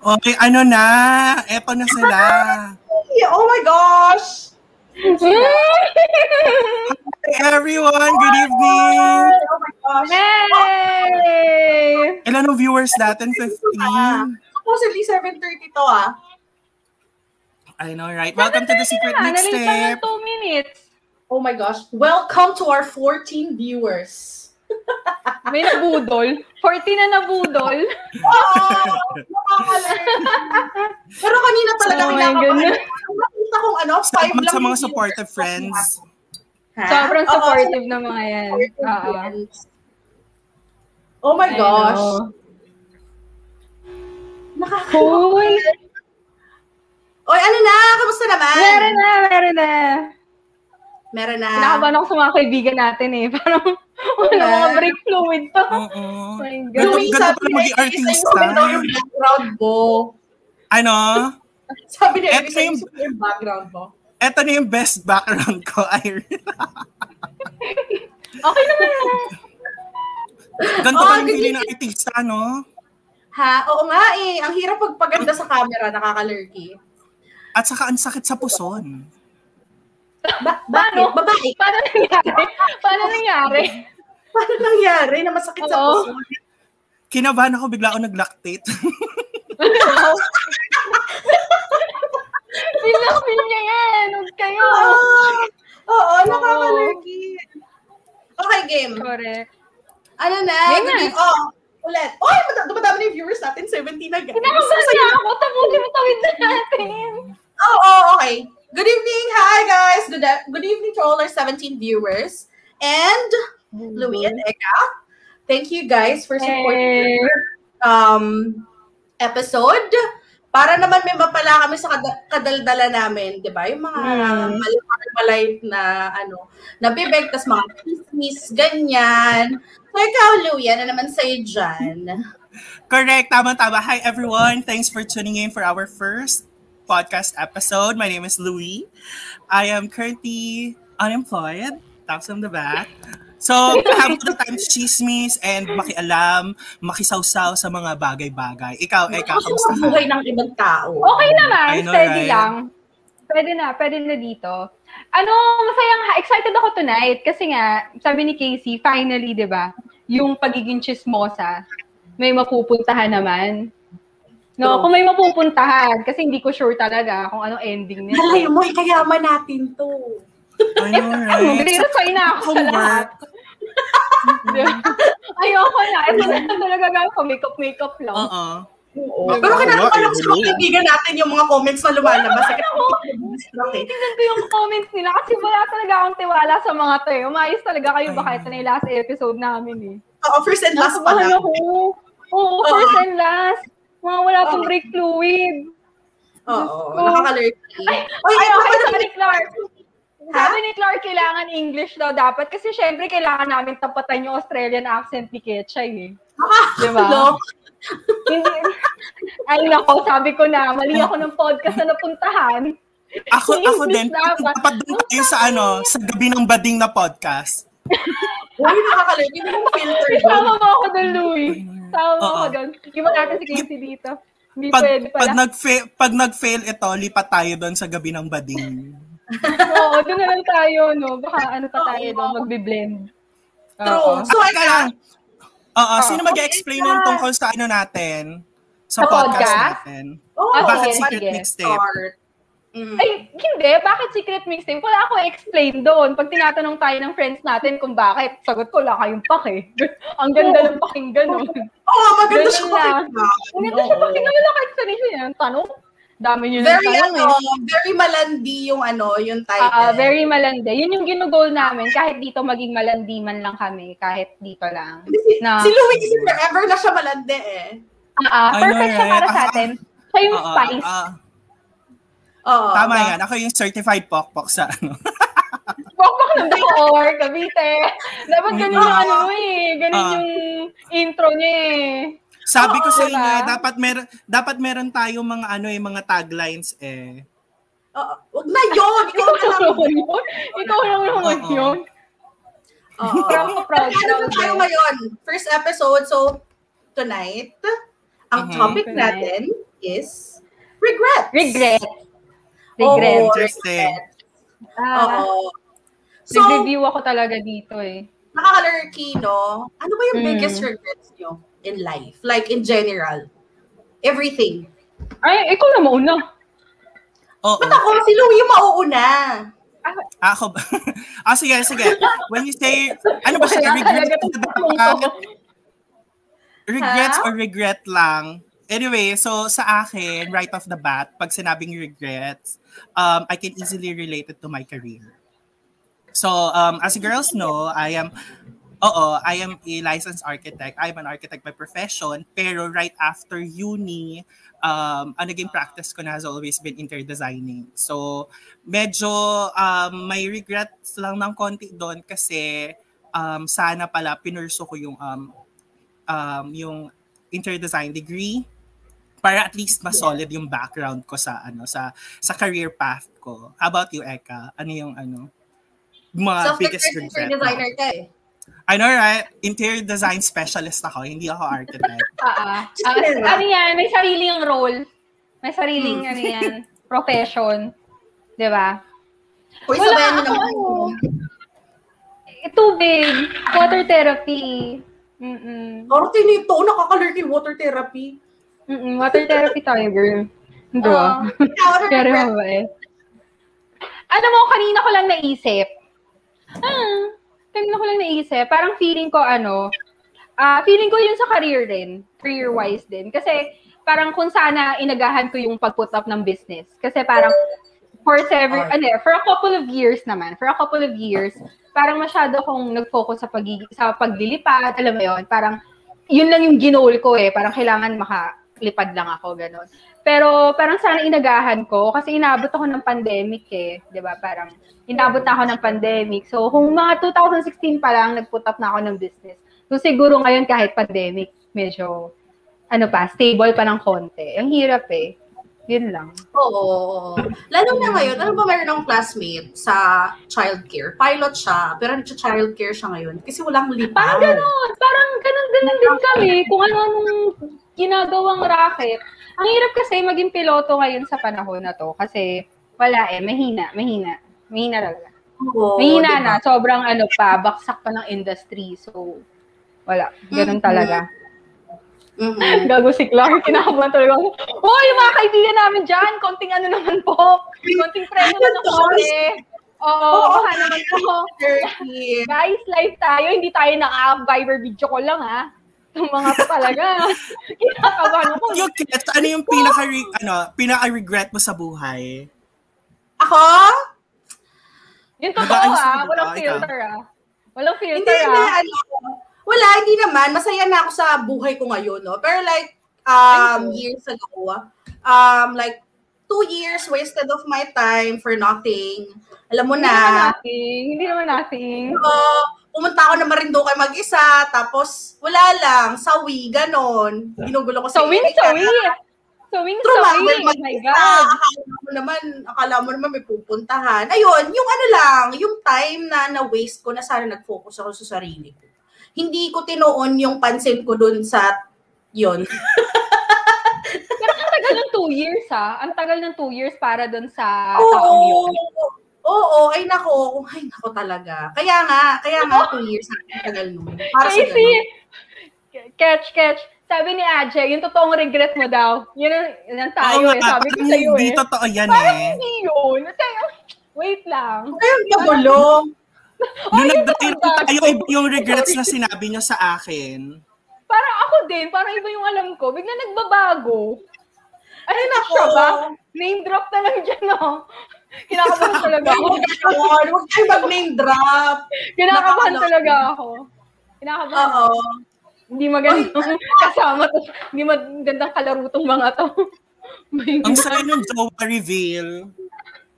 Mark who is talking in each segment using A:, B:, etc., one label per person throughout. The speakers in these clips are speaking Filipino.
A: Okay, ano na? Eto na sila.
B: Yeah, oh my gosh!
A: Hey everyone, good evening.
B: Oh my gosh!
C: Hey!
A: Ilan ang viewers natin? 15?
B: Supposedly 7.30 to ah.
A: I know, right? Welcome to the Secret Next
C: Naliligtan
A: Step.
C: ng two minutes.
B: Oh my gosh. Welcome to our 14 viewers.
C: May nabudol. 14 na nabudol.
B: Oh! Pero kanina talaga
C: Oh my
B: kinakabahan.
C: goodness.
B: Ang nakita kong ano,
A: Salamat
B: five lang.
A: sa mga
B: yung
A: supportive
B: viewers.
A: friends.
B: Ha?
C: Sobrang
B: Oo,
C: supportive ng mga yan.
B: supportive
C: Oo.
B: friends. Oh my gosh. Nakakatawa.
C: Cool.
B: Oy, ano na? Kamusta naman?
C: Meron na, meron na.
B: Meron na.
C: Kinakabahan ako sa mga kaibigan natin eh. Parang wala
B: Yeah.
C: mga break fluid to.
A: Oo.
C: Oh my
A: Ganun-
C: God.
B: Yung
A: ganun
B: sabi
A: pala
B: niya,
A: maging
B: isa yung daw yung
A: artista.
B: background mo.
A: Ano?
B: Sabi niya,
A: Eto
B: isa yung
A: yung-
B: yung background mo.
A: Eto na yung best background ko, Irene.
C: Okay naman na.
A: Ganito
B: Oh,
A: pa yung
B: good
A: feeling ng artista, no?
B: Ha? Oo nga eh. Ang hirap pagpaganda sa camera, nakakalurky.
A: At saka ang sakit sa puson.
B: Ba- bakit?
C: Paano?
B: Babae.
C: Paano nangyari? Paano nangyari?
B: Paano nangyari na masakit sa
C: Oo.
B: puso?
A: Kinabahan ako, bigla ako nag-lactate.
C: Pinapin niya yan. Huwag kayo.
B: Ah! Oo. Oo, nakakalurky. Okay, game.
C: Correct.
B: Ano na?
C: Game na.
B: Game. Oh, ulit. Oy, mad- dumadami na yung viewers natin. 17 na guys.
C: Kinakabahan
B: Sasaya-
C: na ako. Tapusin mo tawid na natin.
B: Oh, oh, okay. Good evening. Hi, guys. Good, e-, good evening to all our 17 viewers. And Louie and Eka. Thank you guys for supporting
C: Hey.
B: um episode. Para naman may mapala kami sa kada- kadaldala namin, di ba? Yung mga
A: Hmm.
C: Mm.
B: malay na ano, nabibeg, tas mga chismis, ganyan. So ikaw, Louie, ano naman sa'yo dyan?
A: Correct. Tama, tama. Hi, everyone. Thanks for tuning in for our first podcast episode. My name is Louie. I am currently unemployed. Taps on the back. So, have the time to chismis and makialam, makisawsaw sa mga bagay-bagay. Ikaw, Eka,
B: Gusto
A: kamusta
B: mo
A: ka?
B: buhay ng ibang tao.
C: Okay naman.
A: I know,
C: steady
A: right?
C: lang. Pwede na. Pwede na dito. Ano, masayang ha. Excited ako tonight. Kasi nga, sabi ni Casey, finally, di ba, yung pagiging chismosa, may mapupuntahan naman. No,
B: True.
C: kung may mapupuntahan, kasi hindi ko sure talaga kung anong ending nito.
B: Malay mo, ikayaman natin to.
A: I know,
C: Ano,
A: right?
C: nire-resign na ako sa lahat. Ayoko na. Ito na lang talaga gawin ko. Makeup, makeup lang.
A: Oo.
B: Oo. Pero kinakapa lang sa mga kaibigan natin yung mga comments na lumalabas. Kaya okay.
C: Tingnan ko yung comments nila kasi wala talaga akong tiwala sa mga to eh. Umayos talaga kayo ba kahit na yung last episode namin eh.
B: Oo, first and last pa lang.
C: Nakabahan ako. Oo, first and last. Mga wala pang break fluid.
B: Oo,
C: Diyos ko.
B: nakakalurky. Oy,
C: Ay,
B: ito
C: okay,
B: pala-
C: sorry, Clark.
B: Ha?
C: Sabi ni Clark, kailangan English daw dapat. Kasi syempre, kailangan namin tapatan yung Australian accent ni Ketchay eh.
A: Ah,
C: Diba?
B: Hello?
C: Hindi. Ay, nako, sabi ko na, mali ako ng podcast na napuntahan.
A: Ako, ako din.
C: English dapat.
A: Dapat doon tayo sa ano, sa gabi ng bading na podcast.
B: Uy, nakakalurky. Hindi mo filter doon.
C: Isama mo ako doon, Louie. Sama mo
A: Oo.
C: ako doon. Iwan natin si Casey dito. Hindi pwede
A: Pag, pag,
C: pala.
A: nag-fail, pag nag-fail ito, lipat tayo doon sa gabi ng bading.
C: Oo, doon na lang tayo, no? Baka ano pa tayo
B: Oo.
C: doon, magbe-blend. Oo.
B: True. So,
A: Ah, teka lang.
B: eka,
A: Oo,
C: Ah,
A: sino mag-explain nun tungkol sa ano natin? Sa,
C: Sa
A: podcast,
C: podcast?
A: natin.
B: oo,
C: Ah,
A: Bakit
C: sige,
A: secret
C: sige.
A: mixtape?
B: start. Mm.
C: Ay, hindi. Bakit secret mixtape? Wala akong explain doon. Pag tinatanong tayo ng friends natin kung bakit, sagot ko, wala kayong pake. Ang ganda ng pakinggan, no?
B: Oo, maganda
C: Ganun
B: siya
C: lang.
B: pakinggan.
C: Ang ganda siya pakinggan. Wala kang explanation yan. Tanong. Dami nyo ng
B: Very,
C: tanong,
B: ano,
C: eh.
B: very malandi yung ano, yung title.
C: Ah, very malandi. Yun yung ginugol namin. Kahit dito maging malandi man lang kami. Kahit dito lang.
B: Si,
C: na-
B: si Louie is forever na siya malandi eh.
C: Ah, ah,
A: Ano
C: perfect siya
A: eh,
C: para sa
A: ah,
C: atin. Siya yung
A: Oo,
C: spice.
A: ah,
B: Oo.
A: tama yan. Ako yung certified pokpok sa ano.
C: Bakbak ng Bacoor, Cavite. Dapat ganun yung
B: Oo.
C: ano mo eh. Ganun
A: Ah.
C: yung intro niya eh.
A: Sabi ko
B: Oo,
A: sa inyo,
C: diba?
A: eh, dapat meron dapat meron tayong mga ano eh, mga taglines eh.
B: Oo. Huwag na yun! Ikaw
C: Ikaw
B: na
C: lang
B: lang.
C: naman yun. Ikaw lang naman
A: Oo.
C: yun.
B: Oo.
C: Proud na proud.
B: Ano ba tayo ngayon? First episode, so tonight, ang
A: Mhm.
B: topic
C: Tonight.
B: natin is regret.
C: Regret. Regret.
B: Oo,
A: Interesting.
B: regret.
C: Ah,
B: Oo. So,
C: Nag-review ako talaga dito eh.
B: nakakalurky, no? Ano ba yung
C: Mm.
B: biggest regrets nyo in life? Like, in general? Everything.
C: Ay, ikaw na mauna.
A: Oo.
B: Ba't ako? Si Louie yung mauuna.
A: Ako ba? ah, sige, sige. When you say, ano ba siya?
C: Wala
A: Regret,
C: talaga
A: ba? regrets
B: Ha?
A: or regret lang? Anyway, so sa akin, right off the bat, pag sinabing regrets, um, I can easily relate it to my career. So, um, as girls know, I am, oo, I am a licensed architect. I'm an architect by profession. Pero right after uni, um, ang naging practice ko na has always been interdesigning. So, medyo um, may regrets lang ng konti doon kasi um, sana pala pinurso ko yung um, um, yung interdesign degree para at least mas solid yung background ko sa ano sa sa career path ko. How about you, Eka? Ano yung ano? Mga
C: Ah,
A: biggest regret.
B: Self-declared interior
A: mo?
B: Ah, designer ka eh.
A: I know, right? Interior design specialist ako. Hindi ako architect.
C: Ah, ah.
B: Just
C: Ah,
B: relax.
C: ano yan? May sariling role. May sariling ano yan, profession. Di ba?
B: Uy,
C: Wala,
B: sabayan mo
C: ako
B: naman.
C: Eh, Tubig. Water therapy. Mm-mm.
B: Parang tinito, nakakalurky water therapy.
C: Mm-mm. Water therapy tayo, girl. Hindi ba?
B: Oo. Ikaw, ano
C: Diba? Pero
B: regret?
C: mabait. Ano mo, kanina ko lang naisip. Ah, kanina ko lang naisip. Parang feeling ko, ano, ah feeling ko yun sa career din. Career-wise din. Kasi, parang kung sana inagahan ko yung pag-put up ng business. Kasi parang, for several,
B: Ay.
C: ano, for a couple of years naman, for a couple of years, parang masyado akong nag-focus sa, pag sa paglilipat, alam mo yun, parang, yun lang yung ginoal ko eh, parang kailangan makalipad lang ako, ganun. Pero parang sana inagahan ko kasi inabot ako ng pandemic eh, 'di ba? Parang inabot na ako ng pandemic. So kung mga 2016 pa lang nag-put up na ako ng business. So siguro ngayon kahit pandemic, medyo ano pa, stable pa ng konti. Ang hirap eh. Yun lang.
B: Oo. Lalo na ngayon, alam ba meron akong classmate sa childcare? Pilot siya, pero nag-childcare siya ngayon kasi walang lipa.
C: Parang ganun, parang ganun ganun din kami kung ano anong ginagawang racket. Ang hirap kasi maging piloto ngayon sa panahon na to kasi wala eh, mahina, mahina. Mahina talaga.
B: Oo,
C: Mahina
B: diba?
C: na. Sobrang ano pa, baksak pa ng industry. So, wala.
B: Mhm.
C: Ganun talaga.
B: Mhm.
C: Gago si Clark. Kinakabahan talaga ako. Uy, mga kaibigan namin dyan. Konting ano naman po. Konting preno na ng konti. Oo,
B: Oo,
C: baka naman po.
B: Turkey.
C: Guys, live tayo. Hindi tayo naka-viber video ko lang, ha? Itong mga to talaga. Kinakabahan ako.
A: you get, ano yung pinaka, ano, pinaka-regret mo sa buhay?
B: Ako?
C: Yung totoo,
A: Nag-aayos
C: ha?
A: na ba?
C: Walang
A: Ikaw.
C: filter, ha? Walang
B: Hindi,
C: filter,
B: hindi.
C: ha?
B: Ano, wala, hindi naman. Masaya na ako sa buhay ko ngayon, no? Pero like, um,
C: Ayun.
B: years ago, um, like, two years wasted of my time for nothing. Alam mo
C: Hindi naman
B: na.
C: nating. Hindi naman nating.
B: So, pumunta ako na Marinduque mag-isa, tapos wala lang, sawi, ganon. Ginugulo ko sa
C: Sawing, sawing. Sawing,
B: True,
C: sawing.
B: mag-
C: Oh my God.
B: Ah, Akala mo naman, akala mo naman may pupuntahan. Ayun, yung ano lang, yung time na na-waste ko na sana nag-focus ako sa sarili ko. Hindi ko tinoon yung pansin ko dun sa yon.
C: Pero ang tagal ng two years, ha? Ang tagal ng two years para doon sa taong
B: Oo.
C: yun.
B: Oo, ay nako. Ay nako talaga. Kaya nga, kaya nga two years ang tagal nun. Para sa
C: Casey,
B: ganun.
C: catch, catch. Sabi ni Ajay, yung totoong regret mo daw. Yun ang, yun ang tayo
A: Oo
C: eh.
A: nga,
C: Sabi ko
A: parang
C: sa'yo
A: Hindi
C: eh.
A: totoo yan
C: Parang
A: eh.
C: hindi yun. Tayo, wait lang.
B: Kaya ang pagulo.
A: Nung
C: yun
A: nagdating
C: yung bago.
A: tayo, iba yung regrets na sinabi nyo sa akin.
C: Parang ako din, parang iba yung alam ko. Bigla nagbabago. Ay,
B: nako.
C: siya ba? Name drop na lang dyan, no? Kinakabahan talaga ako.
B: Huwag ganon. Huwag tayo mag-name drop.
C: Kinakabahan
B: Nakakaloka.
C: talaga ako. Kinakabahan
B: Oo.
C: Hindi magandang kasama to. Hindi magandang kalaro tong mga to. My
A: Ang
C: God.
A: saya ng jowa reveal.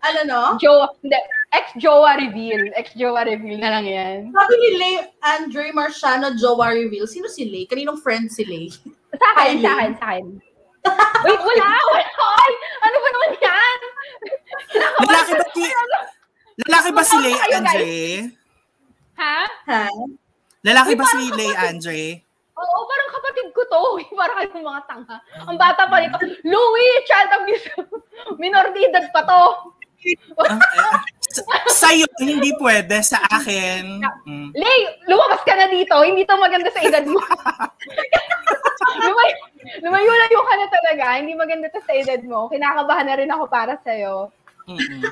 B: Ano no?
C: Jowa, hindi. Ex-jowa reveal. Ex-jowa reveal na lang yan.
B: Sabi ni Lay Andre Marciano Jowa Reveal. Sino si Lay? Kaninong friend si Lay?
C: Sa akin,
B: Ay.
C: sa akin, sa akin. Wait, wala, wala. Ay, ano ba naman yan? ano?
A: Lalaki ba si... Lalaki ba si Lay
C: Kayo, guys.
A: Andre?
C: Ha?
B: Ha?
A: Lalaki ba
C: Uy,
A: si
C: parang
A: Lay
C: kapatid.
A: Andre?
C: Oo, Oo, parang kapatid ko to. Parang kayong mga tanga. Ang bata pa nito, Louie, child abuse. Minor de edad pa to.
A: Ah, ah, sa- sa'yo, hindi pwede. Sa akin, mm,
C: Lay, lumabas ka na dito. Hindi to maganda sa edad mo. lumayo, lumayo layo ka na talaga. Hindi maganda to sa edad mo. Kinakabahan na rin ako para sa'yo.
A: mm, mm.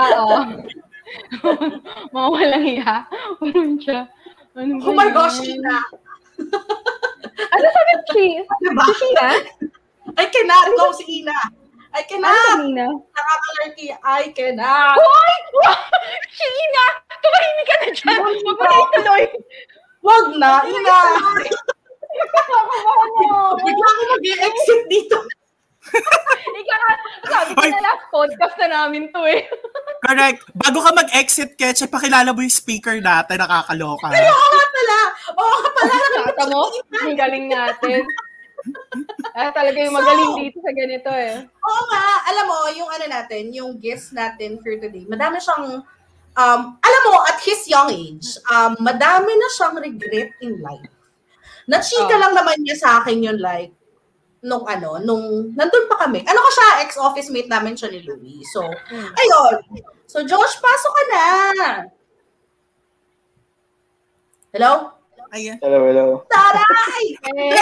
C: Oo. Mga walang hiya. Ano siya? Ano ba
B: Oh my
C: yun?
B: gosh, Sheena.
C: Ano sabi ko? She-
B: Diba?
C: Si Sheena?
B: I cannot go, si Ina. I
C: Ano
B: cannot.
C: kanina?
B: Nakakalarki. I cannot.
C: Hoy! Sheena! Tumahimik ka na dyan! Huwag mo na ituloy!
B: Wag na, Ina.
C: Nakakabahan mo! ano?
B: Bigla ako mag-exit dito.
C: Ikaw na, sabi ko na last podcast na namin to eh.
A: Correct. Bago ka mag-exit, Ketche, pakilala mo yung speaker natin. Nakakaloka.
B: Oo nga pala. Oo nga pala.
C: Nakakita mo? Ang galing natin. Ah, talaga yung magaling
B: So-
C: dito sa ganito eh.
B: Oo nga. Alam mo, yung ano natin, yung guest natin for today, madami siyang, um, alam mo, at his young age, um, madami na siyang regret in life. Nachika
C: Oh.
B: lang naman niya sa akin yung like, nung ano, nung, nandun pa kami. Ano ko siya, ex-office mate namin siya ni Louie. So,
C: Mm.
B: ayun. So, Josh, pasok ka na. Hello?
A: Ayan.
D: Hello, hello.
B: Taray!
C: Eh,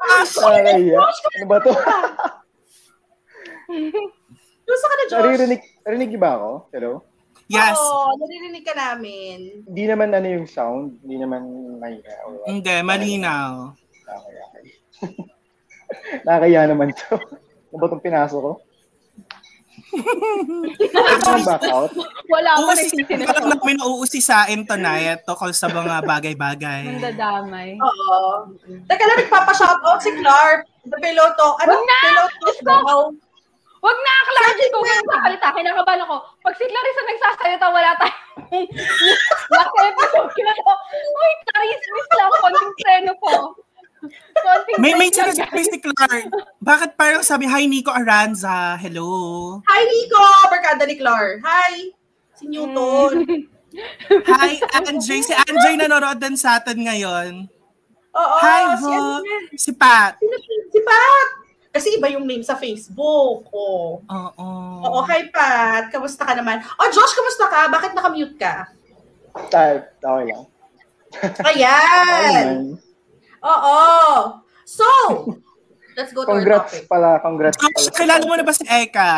D: Ay, ano ba to?
B: Gusto ka na, Josh?
D: Naririnig, narinig ba ako? Hello?
A: Yes.
B: Oo, naririnig ka namin.
D: Hindi naman ano yung sound. Hindi naman mahina. or what.
A: Hindi, malinaw.
D: Nakakaya. Nakakaya naman ito. Ano ba itong pinasok ko? Pwede nang back out?
C: wala akong
A: Uusisain
C: nagsisinasabi.
A: ka lang namin uusisain tonight tungkol sa mga bagay-bagay.
C: Mandadamay.
B: Oo. Teka lang, nagpapa-shoutout si Clark, the piloto. Ano?
C: Wag na!
B: Piloto
C: Diyos ko!
B: daw.
C: Wag na, Clarity ko. Wag na salita. Kinakabahan ako. Pag si Clarissa nagsasalita, wala tayong last episode ko na to. Uy, Clarice, miss lang. Konting preno ko. Konting
A: May may
C: preno,
A: sinasabi
C: guys.
A: si Clark. Bakit parang sabi, Hi Nico Aranza, hello.
B: Hi, Nico! Barkada ni Clark. Hi! Si Newton.
C: Mm.
A: Hi Anjay. Si Anjay nanonood din sa atin ngayon.
B: Oo.
A: Hi
B: si,
A: ho.
B: ano yan?
A: Si Pat.
B: Sino- si Pat. Kasi iba yung name sa Facebook. Oo.
A: Oo.
B: Oo, hi Pat. Kamusta ka naman? Oh, Josh, kamusta ka? Bakit nakamute ka?
D: Type. Okay lang. Okay
B: Ayan!
D: naman.
B: Oo. So, let's go to our
D: Congrats
B: topic.
D: pala. Congrats pala.
A: Josh, Ah, kilala mo na ba si Eka?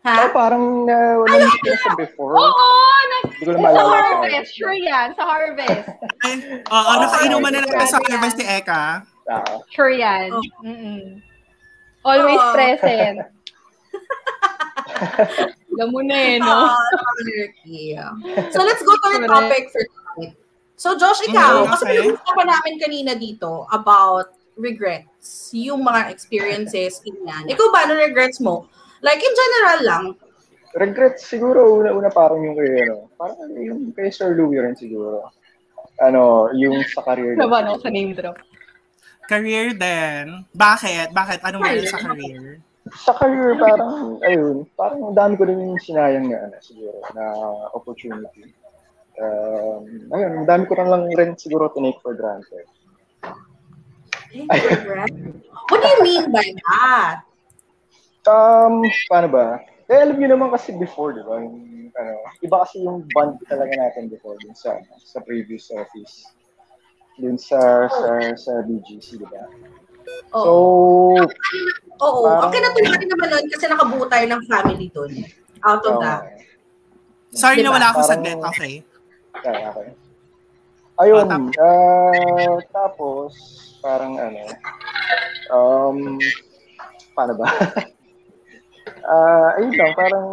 D: Ah,
B: Ha?
D: parang uh, wala nang siya before.
C: Oo, nag...
D: Hindi ko na
C: Sa
D: maalala. ano. siya.
C: harvest. Sure yan. Sa harvest.
A: Ay, Oo, nakainuman na natin sa
C: Ayan.
A: harvest si Eka.
D: Ah,
C: Sure yan.
B: Oh.
C: Mm-mm. Always
B: Oh.
C: present. Alam mo na eh, no?
B: Ah, monarchy. So let's go to our
C: Correct.
B: topic for tonight. So Josh,
D: Ano
B: ikaw,
A: Mm,
B: kasi
A: okay.
B: pinag-usapan namin kanina dito about regrets, yung mga experiences, ganyan. Ikaw ba, ano regrets mo? Like in general lang.
D: Regrets siguro una-una parang yung kay ano, parang yung kay Sir Louie rin siguro. Ano, yung sa career niya.
C: Naman oh. ako sa name drop.
A: Career din. Bakit? Bakit? Anong meron sa career?
D: Sa career parang ayun, parang ang dami ko rin yung sinayang na ano, siguro na opportunity. Um, ayun, ang dami ko rin lang rin siguro tinake for granted.
B: Eh, regrets? What do you mean by that?
D: Um, paano ba? Eh, alam niyo naman kasi before, di ba? Yung, ano, iba kasi yung bond talaga natin before dun sa, sa previous office. Dun sa, sa, sa BGC, di ba?
B: Oo.
D: So,
B: Oo.
D: parang-
B: Ang kinatulungan naman nun kasi nakabuo tayo ng family dun. Out of
D: Oo.
B: that.
A: Sorry na
B: Diba?
A: wala akong
D: Parang-
A: saglit. Okay.
D: Okay, okay. Ayun,
A: Ah,
D: ah, tapos, parang ano, um, paano ba? Ah, ayun lang, parang,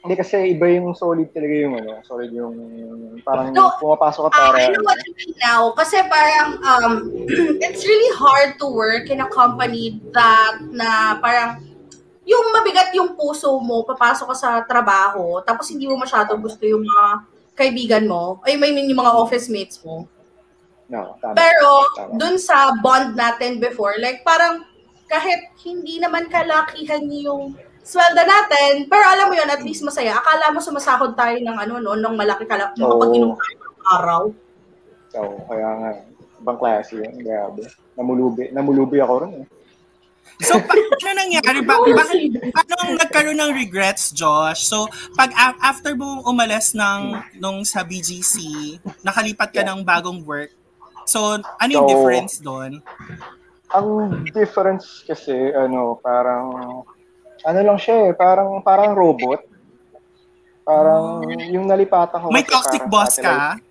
D: hindi kasi iba yung solid talaga yung ano, solid yung, parang
B: No,
D: pumapasok ka
B: Ah,
D: para,
B: I know what you mean now. Kasi parang, um, it's really hard to work in a company that na parang, yung mabigat yung puso mo, papasok ka sa trabaho, tapos hindi mo masyado gusto yung mga kaibigan mo, ay may yung mga office mates mo.
D: no, tama.
B: Pero,
D: Tama.
B: dun sa bond natin before, like parang kahit hindi naman kalakihan yung sweldo natin, pero alam mo yun, at least masaya. Akala mo sumasahod tayo ng ano, no, ng malaki kalak,
D: Oo.
B: makapag-inom tayo ng araw.
D: So, kaya nga, ibang klase yun. Grabe. Namulubi. Namulubi ako rin. Eh.
A: So, paano nangyari? Ba, bakit, paano ang nagkaroon ng regrets, Josh? So, pag a- after mo umalis ng, nung sa BGC, nakalipat ka ng bagong work. So, ano yung
D: So,
A: difference doon?
D: Ang difference kasi, ano, parang, ano lang siya eh, parang, parang robot. Parang, yung nalipatan ko.
A: May
D: kasi
A: toxic
D: oh, parang
A: boss
D: satellite.
A: ka?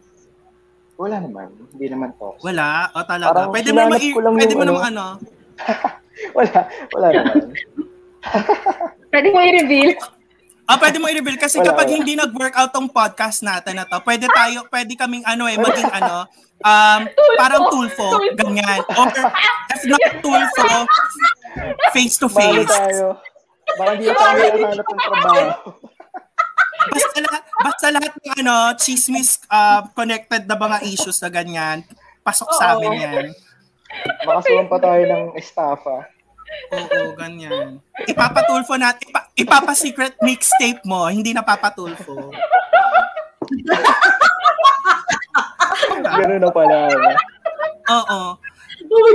D: Wala naman. Hindi naman toxic.
A: Wala? O talaga?
D: Parang
A: Pwede mo
D: hinanap
A: naman,
D: ko lang
A: i- pwede
D: yung
A: mo
D: ano.
A: naman ano?
D: Wala. Wala naman.
C: Pwede mo i-reveal.
A: Ah, pwede mo i-reveal kasi
D: Wala,
A: kapag
D: wala.
A: hindi nag-workout tong podcast natin na to, pwede tayo, pwede kaming ano eh, maging ano, um, parang tulfo,
C: Tulfo.
A: ganyan. Or if not tulfo, face to
D: Bali
A: face.
D: tayo. Baka hindi na tayo hanap ng trabaho.
A: Basta, lahat, basta lahat ng ano, chismis uh, connected na mga issues na ganyan, pasok sa amin yan.
D: Baka suwan pa tayo ng estafa.
A: Oo, ganyan. Ipapatulfo natin, ipa, ipapasecret mixtape mo, hindi napapatulfo.
D: Ganun na pala. Ano.
A: Oo.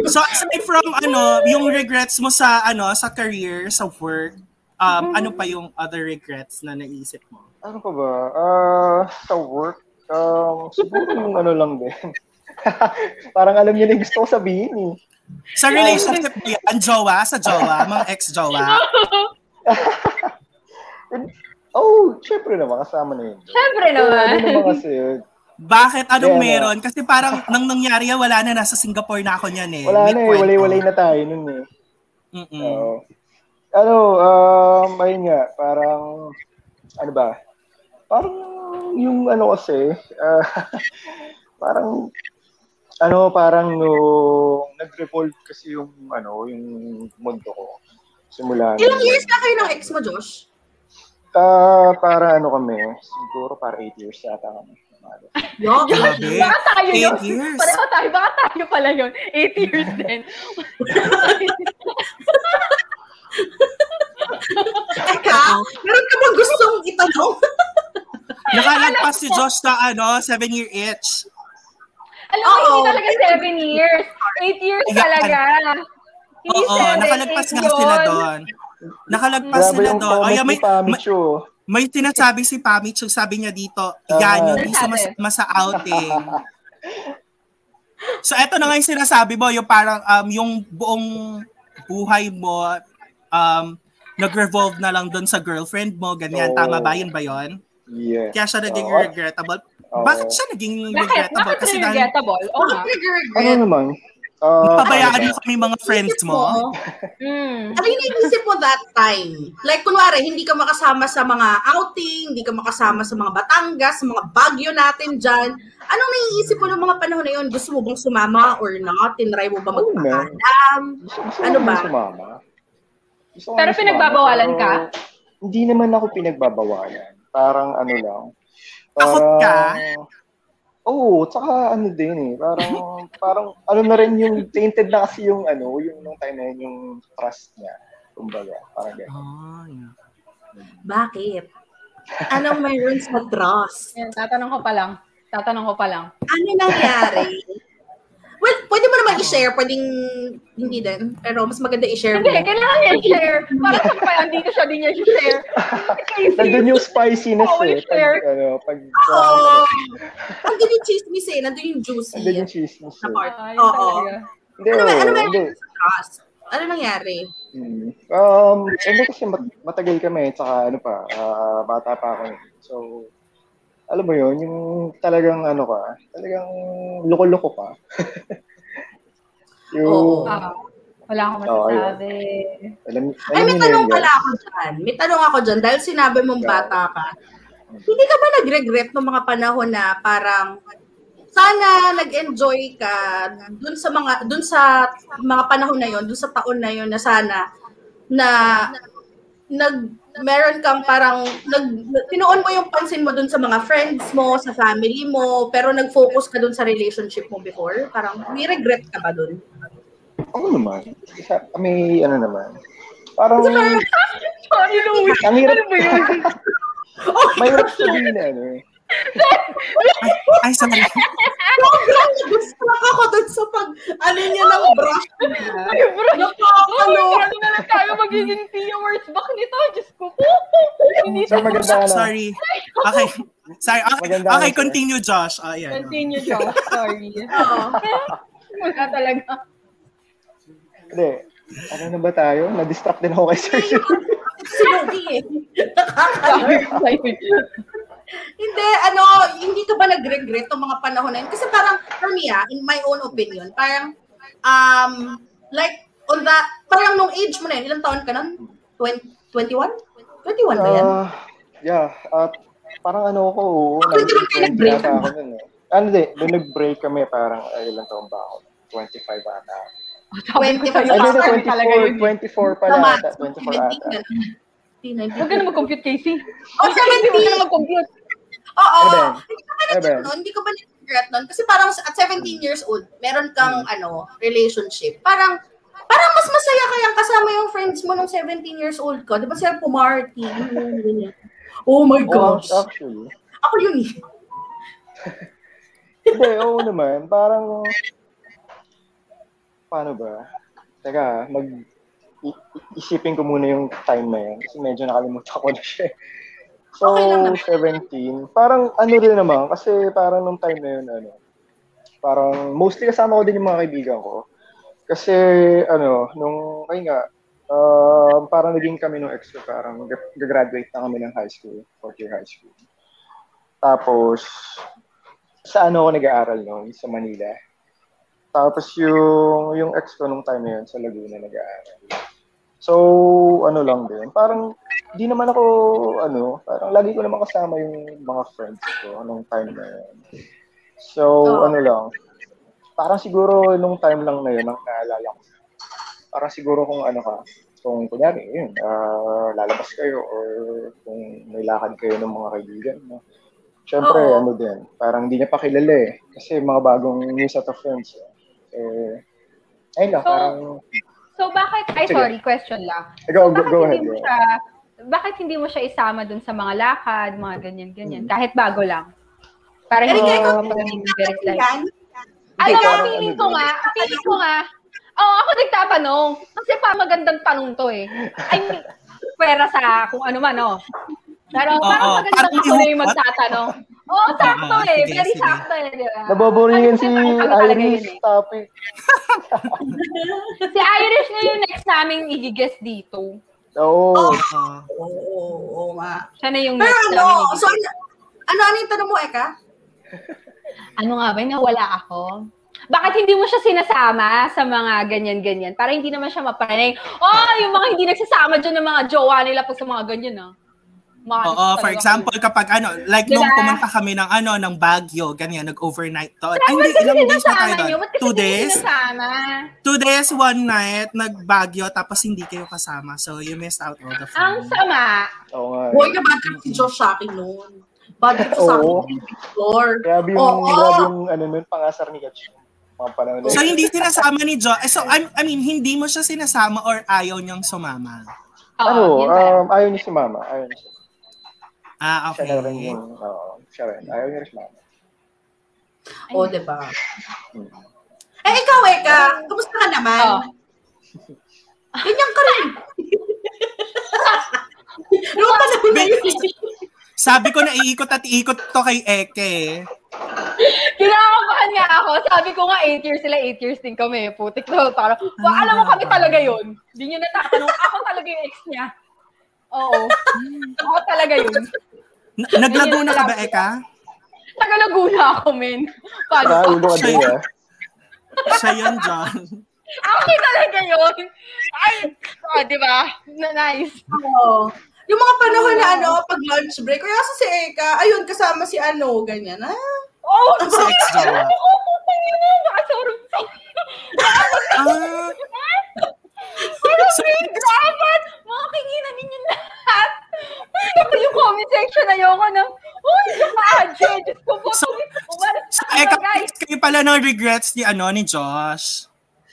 A: So aside from ano, yung regrets mo sa ano, sa career, sa work, um, ano pa yung other regrets na naisip mo?
D: Ano pa ba? Ah, sa work, um, siguro yung ano lang din. Parang alam niyo na yung gusto ko sabihin eh.
A: Sa relationship mo yan, ang jowa, sa jowa, mga ex-jowa.
D: Oh, syempre naman, kasama na yun.
C: Siyempre
D: So, ano naman
C: naman.
D: kasi yun.
A: Bakit? Anong
D: Yeah.
A: meron? Kasi parang nang nangyari yan, wala na, nasa Singapore na ako niyan eh.
D: Wala
A: May
D: na eh,
A: kwento.
D: walay-walay na tayo nun eh.
A: Mm-mm.
D: Oo. ano, um, ayun nga, parang, ano ba, parang yung ano kasi, ah, parang, ano, parang no, nag-revolve kasi yung, ano, yung mundo ko. Simula.
B: Ilang
D: nung-
B: years na kayo ng ex mo, Josh?
D: Ah, para ano kami, siguro para 8 years yata kami.
B: Yo.
A: Grabe.
C: Baka tayo yun.
A: Eight years.
C: Pareho tayo. Baka tayo pala yun. Eight years din.
B: Teka, meron ka bang gustong itanong?
A: Nakalagpas si Josh na ano, seven-year itch.
C: Alam mo, hindi
B: Oo.
C: talaga seven years. Eight years
A: Ayan.
C: talaga. Hindi
A: Oo,
C: seven,
A: nakalagpas
C: eight
A: nga sila
C: yun.
A: doon. Nakalagpas
D: Grabe
A: sila
D: yung
A: doon. O
D: comment
A: yan,
D: ni
A: Oh, may, may,
D: Pamicho.
A: may sinasabi si Pamit, yung sabi niya dito,
D: Ah.
A: yan yun, di sa mas, masa outing. so, eto na nga yung sinasabi mo, yung parang, um, yung buong buhay mo, um, nag-revolve na lang doon sa girlfriend mo, ganyan.
D: Oo.
A: Tama ba? Yun ba yun?
D: Yeah.
A: Kaya siya naging
D: Oo.
A: regrettable.
D: Oo.
A: Bakit siya naging
C: Bakit?
A: regrettable?
C: Bakit
A: Kasi
C: na
A: dahil
C: regrettable? Oo nga.
B: Bakit nag-regret?
D: Ano naman? Ah,
A: pabayaan mo
D: ano ba?
A: kami mga friends mo.
C: Mm.
B: Ano yung naisip mo that time? Like, kunwari, hindi ka makasama sa mga outing, hindi ka makasama sa mga Batangas, sa mga Bagyo natin dyan. Anong naiisip mo ng mga panahon na yun? Gusto mo bang sumama or not? Tinry mo ba
D: Oo, ma'am.
B: magpaalam?
D: Gusto, gusto
B: Ano
D: ano ba?
B: ba?
D: Sumama. Gusto ko
C: Pero
D: na sumama,
C: pinagbabawalan ka?
D: Hindi naman ako pinagbabawalan. Parang ano lang.
A: Takot ka?
D: Oo, oh, tsaka ano din eh, parang, parang ano na rin yung tainted na kasi yung ano, yung nung time na yun, yung trust niya. Kumbaga, parang ganyan.
A: Oh, yeah.
B: Bakit? Anong mayroon sa trust?
C: Yan, tatanong ko pa lang. Tatanong ko pa lang.
B: Ano nangyari? Well, pwede mo naman i-share, pwedeng hindi din. Pero mas maganda i-share mo.
C: Hindi, kailangan niya i-share. Para sa pa, hindi ko siya din niya i-share. Casey.
D: Nandun yung spiciness
C: Oo,
D: eh.
C: yung share.
D: Pag, ano, pag,
B: Oo. Andun yung chismis eh. Nandun yung juicy.
D: nandun yung chismis
B: Na
D: eh.
B: part.
C: Ah, yun
B: Oo.
C: talaga.
D: Hindi,
B: Ano, ba- ano
D: oo, hindi.
B: mayroon sa trust? Ano nangyari?
D: Mm. Um, hindi kasi mat- matagal kami, tsaka ano pa, ah, bata pa ako. nun. So, alam mo yun, yung talagang ano ka, talagang loko-loko ka. yung,
B: Oo.
C: Ah, wala akong
D: Oo, yun.
C: masasabi.
D: alam, alam
B: Ay, may
D: niyo na
B: tanong
D: yun,
B: pala ako dyan. May tanong ako dyan dahil sinabi mong
D: Yeah.
B: bata ka. Hindi ka ba nag-regret ng mga panahon na parang sana nag-enjoy ka dun sa mga dun sa mga panahon na yon, dun sa taon na yon na sana na nag meron kang parang nag tinuon mo yung pansin mo dun sa mga friends mo, sa family mo, pero nag-focus ka dun sa relationship mo before? Parang may regret ka ba dun?
D: Oo naman. Isa- Kami, ano naman. Parang,
C: Sorry, Louie.
D: ang hirap,
C: Ano ba yun?
D: mahirap sabihin na ano eh.
A: Ay, sorry.
B: Sobrang nagustuhan ako dun sa pag, ano niya ng brush niya.
C: Ay, bro!
A: ano?
C: Oh
B: Nakakaloka.
C: my God, na lang tayo magiging senior words back nito. Diyos ko po. Hindi
D: So,
C: tayo-
D: maganda ka na.
A: Sorry. Okay. Sorry. Okay,
D: Maganda ano.
A: okay
D: ako.
A: continue, Josh. Ah, yeah,
C: Continue, Joe. Sorry.
B: Oo.
C: Wala talaga.
D: Hindi. Ano na ba tayo? Na-distract din ako kay Sir Sir.
B: Sinugi eh. Nakakaloka. Hindi, ano, hindi ka ba nag-regret ng mga panahon na yun? Kasi parang, for me ah, in my own opinion, parang, um, like, on the, parang nung age mo na yun, ilang taon ka nun? 20, 21? 21 ba Ano yan?
D: Ah, yeah. At parang ano ko, oo.
B: Ah, pwede ba kayo nag-break?
D: yata ako nun eh. Ano di, doon nag-break kami parang ay, ilang taon ba ako? 25 ata.
C: Sabi ko sa'yo,
D: Ay, hindi,
C: bastard talaga yun.
D: 24, 24 pala
B: eh. Tama,
D: ata. 24 ata.
B: 17 ganun. 19.
C: Huwag ka na mag-compute, Casey.
B: Oh,
C: Hindi, huwag ka na
B: 17!
C: mag-compute.
B: Oo! Hindi ka Ano ba
D: Eben.
B: nag
D: Eben.
B: nun? Hindi ka ba nag-regret nun? Kasi parang sa- at 17 years old, meron kang, ano, relationship. Parang, parang mas masaya kayang kasama yung friends mo nung 17 years old ka. Di ba sila pumarty? Ganyan, ganyan. Oh my
D: Oh,
B: gosh.
D: actually.
B: Ako yun eh.
D: Hindi, oo naman. Parang, paano ba? Teka, mag, i- i- isipin ko muna yung time na yun. Kasi medyo nakalimutan ko na siya. So,
B: Okay lang naman.
D: 17. Parang ano rin naman, kasi parang nung time na yun, ano, parang mostly kasama ko din yung mga kaibigan ko. Kasi, ano, nung, ay nga, um, parang naging kami nung ex ko, parang gra- gagraduate na kami ng high school, fourth year high school. Tapos, sa ano ako nag-aaral noon, sa Manila. Tapos yung, yung ex ko nung time na yun, sa Laguna nag-aaral. So, ano lang din. Parang, di naman ako, ano, parang lagi ko naman kasama yung mga friends ko nung time na yun. So,
B: Oo.
D: ano lang. Parang siguro nung time lang na yun, ang naalala ko. Parang siguro kung ano ka, kung kunyari, yun, ah, lalabas kayo or kung may lakad kayo ng mga kaibigan. No? Siyempre,
B: Oo.
D: ano din, parang hindi niya pa kilala eh. Kasi mga bagong new set of friends. Eh. Eh, ayun lang,
C: So,
D: parang...
C: So, bakit, ay
D: Sige.
C: sorry, question lang.
D: Go, go,
C: Bakit
D: go ahead.
C: hindi mo
D: go.
C: siya, bakit hindi mo siya isama dun sa mga lakad, mga ganyan-ganyan, kahit bago lang? Para hindi
D: Erika,
C: ka
D: Hmm. ikaw-
C: pagiging very light.
B: Yan.
C: Alam mo,
D: parang
C: feeling
D: ano
C: ko
D: din.
C: nga, feeling ko nga, oo, ako nagtatanong. Kasi pa magandang tanong to eh. I mean, pera sa kung ano man, oh. Pero
A: Oo,
C: parang
A: oo.
C: magandang
A: Parang
C: ako na yung
A: ihugot.
C: magtatanong. Oo, sakto
A: Oo,
C: eh.
A: sige,
C: Very
A: sige.
C: sakto eh, di ba?
D: Naboboringan si
C: Ano, ano talaga
D: Iris
C: yun eh.
D: topic.
C: Si Irish na yung next naming igigest dito.
D: Oo.
B: Oh.
A: Ah.
B: Oo, oo, oo nga.
C: Siya na yung
B: Pero
C: next
B: ano,
C: naming
B: so, ano, ano, ano yung tanong mo, Eka?
C: Ano nga ba, nawala ako? Bakit hindi mo siya sinasama sa mga ganyan-ganyan? Para hindi naman siya mapanay. Oh, yung mga hindi nagsasama dyan ng mga jowa nila pag sa mga ganyan, ah. Mga-
A: Oo, for
C: talaga.
A: example, kapag ano, like
C: Diba?
A: nung pumunta kami ng ano, ng Baguio, ganyan, nag-overnight to. Ay,
C: Ay,
A: hindi,
C: ba't kasi
A: ilang days ba
C: sinasama
A: tayo
C: niyo?
A: doon?
C: Ba't kasi
A: Two
C: hindi
A: days?
C: sinasama?
A: Two days, one night, nag-Baguio, tapos hindi kayo kasama. So, you missed out all the
C: Ang
A: fun.
C: sama.
D: Oo nga. eh.
B: Boy, na bad trip si Josh sa akin noon. Bad trip siya sa akin.
D: Oo.
B: Lord.
D: Grabe yung,
B: Oo.
D: grabe yung, ano nun, pangasar ni Gatch. Mga panahon na
A: So,
D: yun.
A: hindi sinasama ni Jo. eh, So, I'm- I mean, hindi mo siya sinasama or ayaw niyang sumama.
C: Oo, ah,
D: Ano,
C: yun pala.
D: um, ayaw niya si Mama. Ayaw niya si Mama.
A: Ah,
D: Siya
A: okay.
D: na rin yung, oo, siya rin. Ayaw niya rin si Mama.
B: O, Oh, di ba?
D: Hmm.
B: Eh, ikaw, Eka, kumusta ka naman?
C: Oh.
B: Ganyan ka rin. Ano pa na ba yun?
A: Sabi ko na iikot at iikot to kay Eke.
C: Kinakabahan nga ako. Sabi ko nga, 8 years sila, 8 years din kami. Putik na. Parang, "Wa, alam mo kami talaga yun. Hindi nyo natatanong. Ako talaga yung ex niya. Oo. Ako talaga yun.
A: N- naglago na ka ba, Eka?
C: Taga Laguna ako, men.
D: Ah,
C: Paano?
D: ulo ka din ah.
A: Siya yun, John.
C: Akin talaga yun. Ay, oh, di ba? Na nice.
B: Oo. Yung mga panahon na ano, pag lunch break, kaya sa si Eka, ayun, kasama si ano, ganyan, ha?
C: Oh,
A: Sa ex jowa.
C: Oo, putang ina. Nakasorong sa
A: Ah,
C: Pero
A: So,
C: wait, dapat makikita ninyo lahat. Uy, Naku, yung comment section na yun ko na, Uy, nakakadya. Diyos ko po.
A: So-
C: Umalis
A: so,
C: na
A: Eka,
C: ako, guys.
A: kayo pala ng regrets ni, ano, ni Josh.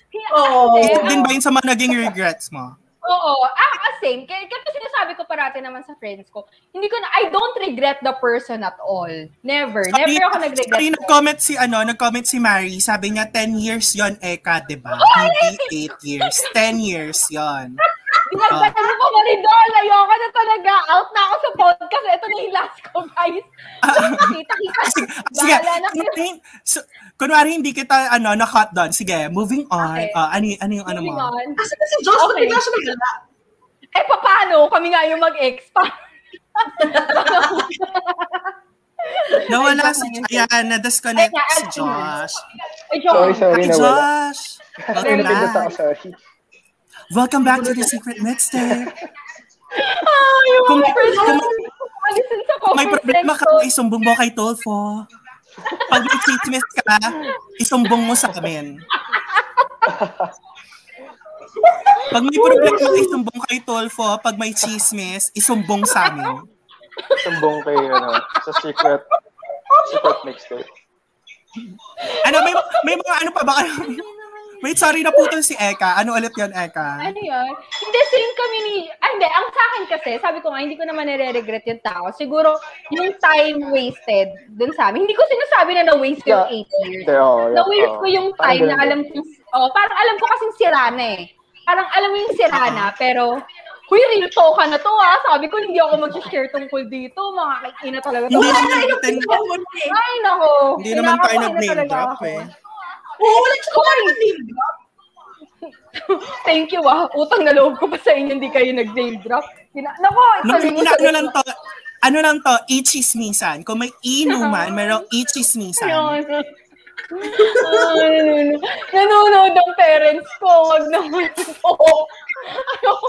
C: Kaya
B: Oo.
C: ate,
B: Isa
A: Din ba yun sa mga naging regrets mo?
C: Oo. Ah, ah, same. Kaya, kaya sinasabi ko parati naman sa friends ko, hindi ko na, I don't regret the person at all. Never.
A: Sorry,
C: Never ako
A: sorry,
C: nag-regret.
A: nag-comment si ano, nag-comment si Mary, sabi niya 10 years yon Eka, 'di
C: Oh
A: ba? Hindi 8 years, 10 years yon.
C: Binagbasan mo pa Maridol. Ayoko na talaga. Out na ako sa podcast. Ito na yung last ko, guys.
A: Ah,
C: Kita, kita.
A: Sige,
C: Bahala na kayo.
A: kunwari, so, kunwari hindi kita ano na hot doon. Sige, moving on.
C: Okay.
A: Ah, ano, y- ano yung ano mo?
C: Moving on.
B: Kasi kasi Josh,
C: Okay.
B: okay. bigla siya nagala.
C: Eh, paano? Kami nga yung mag-ex. Pa-
A: Nawala
C: Ay,
A: si
C: joke na
A: ayan, na-disconnect
C: Ay, na-
A: si Josh.
C: Ay,
D: Sorry,
C: joke.
A: Hi,
D: sorry, nawala.
A: Josh! Welcome
D: Napindot ako,
A: back.
D: sorry.
A: Welcome back to the Secret Mixtape.
C: Ay, yung
A: Kung-
C: mga friends ko.
A: kung-
C: Alisin sa
A: Kung may
C: conference
A: problema ka,
C: ko.
A: isumbong mo kay Tolfo. Pag may chismis ka, isumbong mo sa amin. Pag may problema ka, isumbong kay Tolfo. Pag may chismis, isumbong sa amin.
D: Sumbong kayo, ano, sa secret, secret mixtape.
A: Ano, may, may mga ano pa ba? Wait, sorry, naputol si Eka. Ano ulit yun, Eka?
C: Ano yun? Hindi, same kami ni... Ah, hindi. Ang sa akin kasi, sabi ko nga, hindi ko naman nare-regret yung tao. Siguro, yung time wasted dun sa amin. Hindi ko sinasabi na na-waste yung
D: Yeah.
C: 8 years.
D: Hindi, oo. yeah,
C: Na-waste
D: oo.
C: ko yung
D: Parang
C: time na
D: ganun.
C: alam ko, oh, parang alam ko kasing sira na eh. Parang alam mo yung sira na,
D: Uh-huh.
C: pero, Huy, real talk ka na to ah. Sabi ko, hindi ako mag-share tungkol dito. Mga kakina talaga.
A: Hindi
C: to.
B: Wala
A: naman
B: na yung
A: natin-
B: pinagawa mo na eh.
C: Ay, nako.
A: Hindi naman tayo
C: Kinakapakina
A: nag-name
C: talaga
A: drop
C: ako.
A: eh.
B: Oo, wala siya wala naman name drop.
C: Thank you ah. Utang na loob ko pa sa inyo, hindi kayo nag-name drop. Kina- Nako,
A: Nung
C: sabi niyo
A: una,
C: sa-
A: ano lang to, ano lang to, ichismisan. Kung may inuman, merong ichismisan.
C: Ayun. Ah, nanonood. Nanonood ang parents ko. Wag naman po. Ayoko.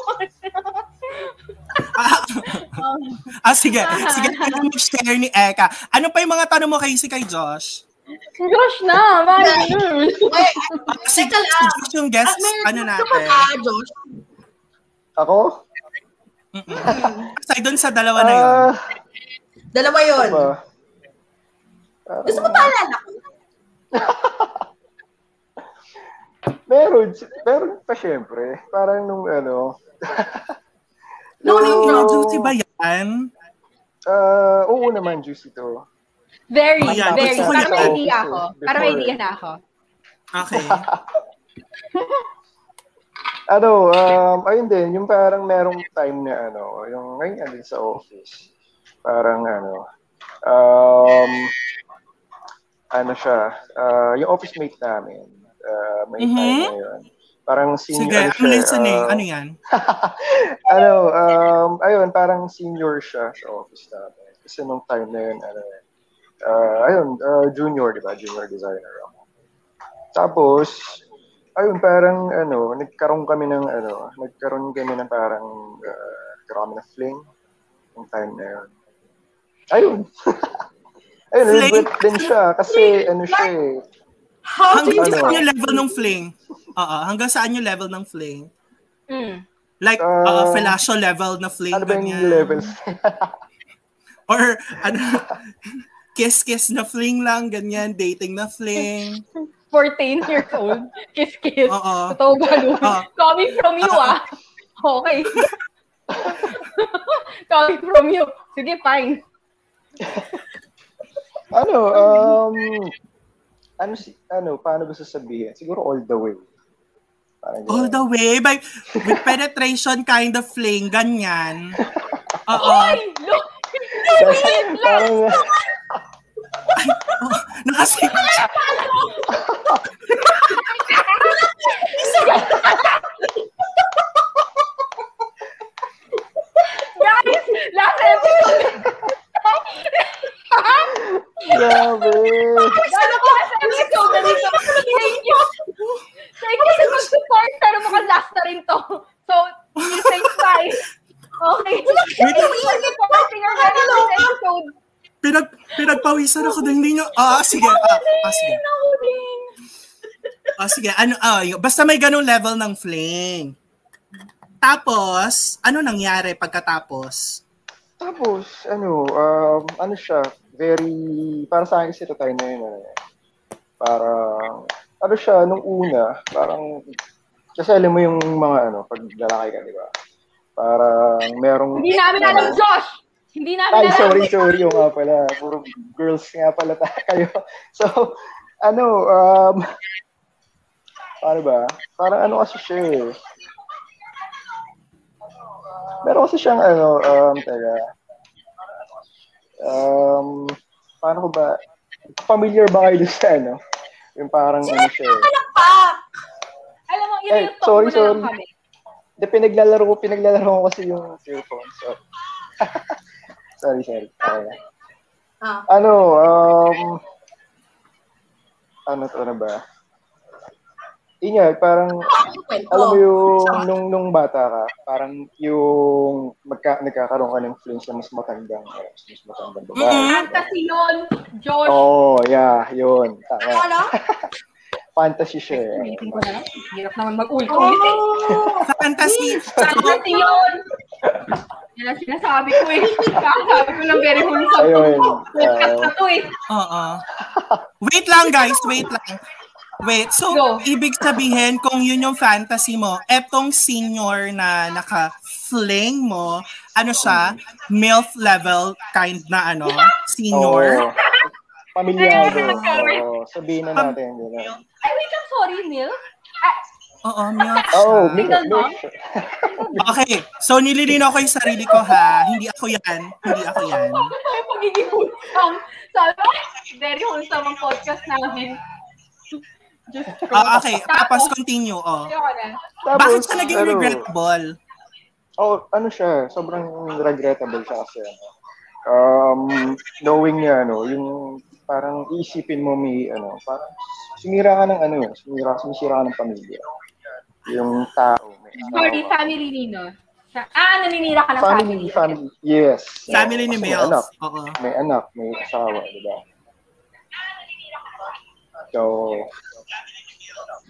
A: Ah, sige. Sige, ano yung share ni Eka? Ano pa yung mga tanong mo kay si kay Josh?
C: Gosh na, Mari.
B: Wait,
A: Ah, si,
B: Teka lang.
A: si Josh yung guest,
B: ah, meron
A: ano
B: gusto pa
A: natin.
B: ba, Josh?
D: Ako?
A: Aside dun sa dalawa na yun.
D: Ah,
B: Dalawa yun.
D: ano ba? Parang-
B: Gusto mo paalala ko?
D: Meron, si- meron pa syempre. Parang nung ano,
B: No name
A: Yung
B: drop.
A: duty ba yan?
D: ah oo naman, juicy to.
C: Very,
A: Ayan,
C: very.
A: gusto ko
C: Parang
A: yun.
C: may idea ako. Parang may
D: Before.
C: idea na ako.
A: Okay.
D: Ano, um, ayun din, yung parang merong time na ano, yung ngayon din sa office. Parang ano, um, ano siya, ah, yung office mate namin, ah, may time
A: Mhm.
D: na yun. Parang senior
A: Sige, I'm
D: ano siya,
A: listening.
D: ah,
A: Ano yan?
D: ano, um, ayun, parang senior siya sa office namin. Kasi nung time na yun, ano, uh, ayun, uh, junior, di ba? Junior designer ako. Tapos, ayun, parang, ano, nagkaroon kami ng, ano, nagkaroon kami ng parang, uh, nagkaroon kami ng fling nung time na yun. Ayun. ayun,
A: Fling?
D: regret din siya. Kasi, ano siya eh,
B: How do you
A: Hanggang
D: Ano?
A: saan yung level ng fling? Oo, hanggang saan yung level ng fling?
C: Mm.
A: Like,
D: Ah,
A: uh, fellatio level na fling.
D: ano ba yung
A: ganyan.
D: levels?
A: Or, ano, kiss-kiss na fling lang, ganyan, dating na fling.
C: 14 years old. Kiss, kiss.
A: Oo.
C: Totoo ba, Lu?
A: Oo.
C: Coming from you,
A: Oo.
C: ah. Okay. Coming from you. Sige, fine.
D: ano, um, ano, si, ano, paano ba sasabihin? Siguro all the way. Parang
A: All
D: ganun.
A: the way, by, with penetration kind of fling, ganyan. Oo.
C: Ay, Lu!
D: parang,
A: Nakasi...
C: Guys, last episode.
D: grabe.
C: Lalo ko last episode na dito. Thank you. Thank you sa pag-support. Pero mukhang last na rin to. So, you say bye. Okay. Thank you for supporting our very first episode.
A: Pinag, pinagpawisan ako dahil hindi nyo... Ah, sige. Ah, ah, sige.
C: Ako din.
A: Ah, sige. Ano, ah, yung- basta may ganung level ng fling. Tapos, ano nangyari pagkatapos?
D: Tapos, ano, um, ano siya, very, para sa akin si Tatay eh. na yun, ano, parang, ano siya, nung una, parang, Kasi alam mo yung mga ano, pag lalaki ka, di ba? Parang merong...
C: Hindi namin alam, Josh! Hindi namin
D: Ay,
C: alam.
D: sorry, sorry. Oo nga pala. Puro girls nga pala tayo kayo. So, ano, um, paano ba? Parang ano kasi siya eh. Meron kasi siyang ano, um, teka. Um, paano ko ba? Familiar ba kayo dun sa ano? Yung parang ano siya eh.
B: Pa!
C: Alam mo, i-real
D: Eh,
C: talk
D: sorry,
C: mo na lang
D: sorry.
C: kami.
D: Hindi, pinaglalaro ko, pinaglalaro ko kasi yung earphone. So. sorry, sorry. Okay.
B: Ah.
D: Ano, um, ano to na ba? Yun nga, parang,
B: Ano yung kwento?
D: alam mo yung, nung, nung bata ka, parang yung, magka, nagkakaroon ka ng influence na mas matandang, eh, mas matandang babae.
C: Fantasy yun, Josh.
D: Oo, oh, yeah, yun.
B: Ano,
D: Tama.
B: ano?
D: Fantasy siya. eh.
C: Ulitin ko na lang. Hirap naman mag-ulit-ulit eh.
B: Oh!
A: Fantasy.
C: Fantasy yun! Yan ang sinasabi ko eh. Sabi ko ng very wholesome to.
D: Ayun.
C: Podcast
D: oo.
C: na to eh.
A: Oo. Wait lang, guys. Wait lang. Wait, so,
C: Go.
A: ibig sabihin, kung yun yung fantasy mo, etong senior na naka-fling mo, ano siya, MILF level kind na ano, senior.
D: Oo. Pamilyado.
C: Ayun, sorry.
D: Oo, sabihin na
A: Pam-
D: natin. Gano'n.
C: Ay, wait lang. Sorry, Ano Neil.
A: Oo, MILF siya.
D: Oh, mix,
C: Single mom?
D: mix.
A: Okay, so nililinaw ko yung sarili ko ha. Hindi ako yan. Hindi ako yan.
C: Ano tayo pagiging wholesome? Sabi ko, very wholesome ang podcast namin. Just ko.
A: Ah, okay, tapos continue. Oh.
C: Ayoko na.
A: Bakit siya naging
D: ano,
A: regrettable?
D: Oh, ano siya, sobrang regrettable siya kasi ano. Um, knowing niya ano, yung parang iisipin mo may ano, parang sumira ka ng ano, eh, sumira, sumisira ka ng pamilya. Yung tao. May
C: Sorry,
D: asawa.
C: family Nino. Sa- Ah, naninira ka ng family.
D: Family, family. Yes.
A: Family ni
D: Kasi
A: Mills.
D: May anak,
A: Oo.
D: may anak, may asawa, di ba? So,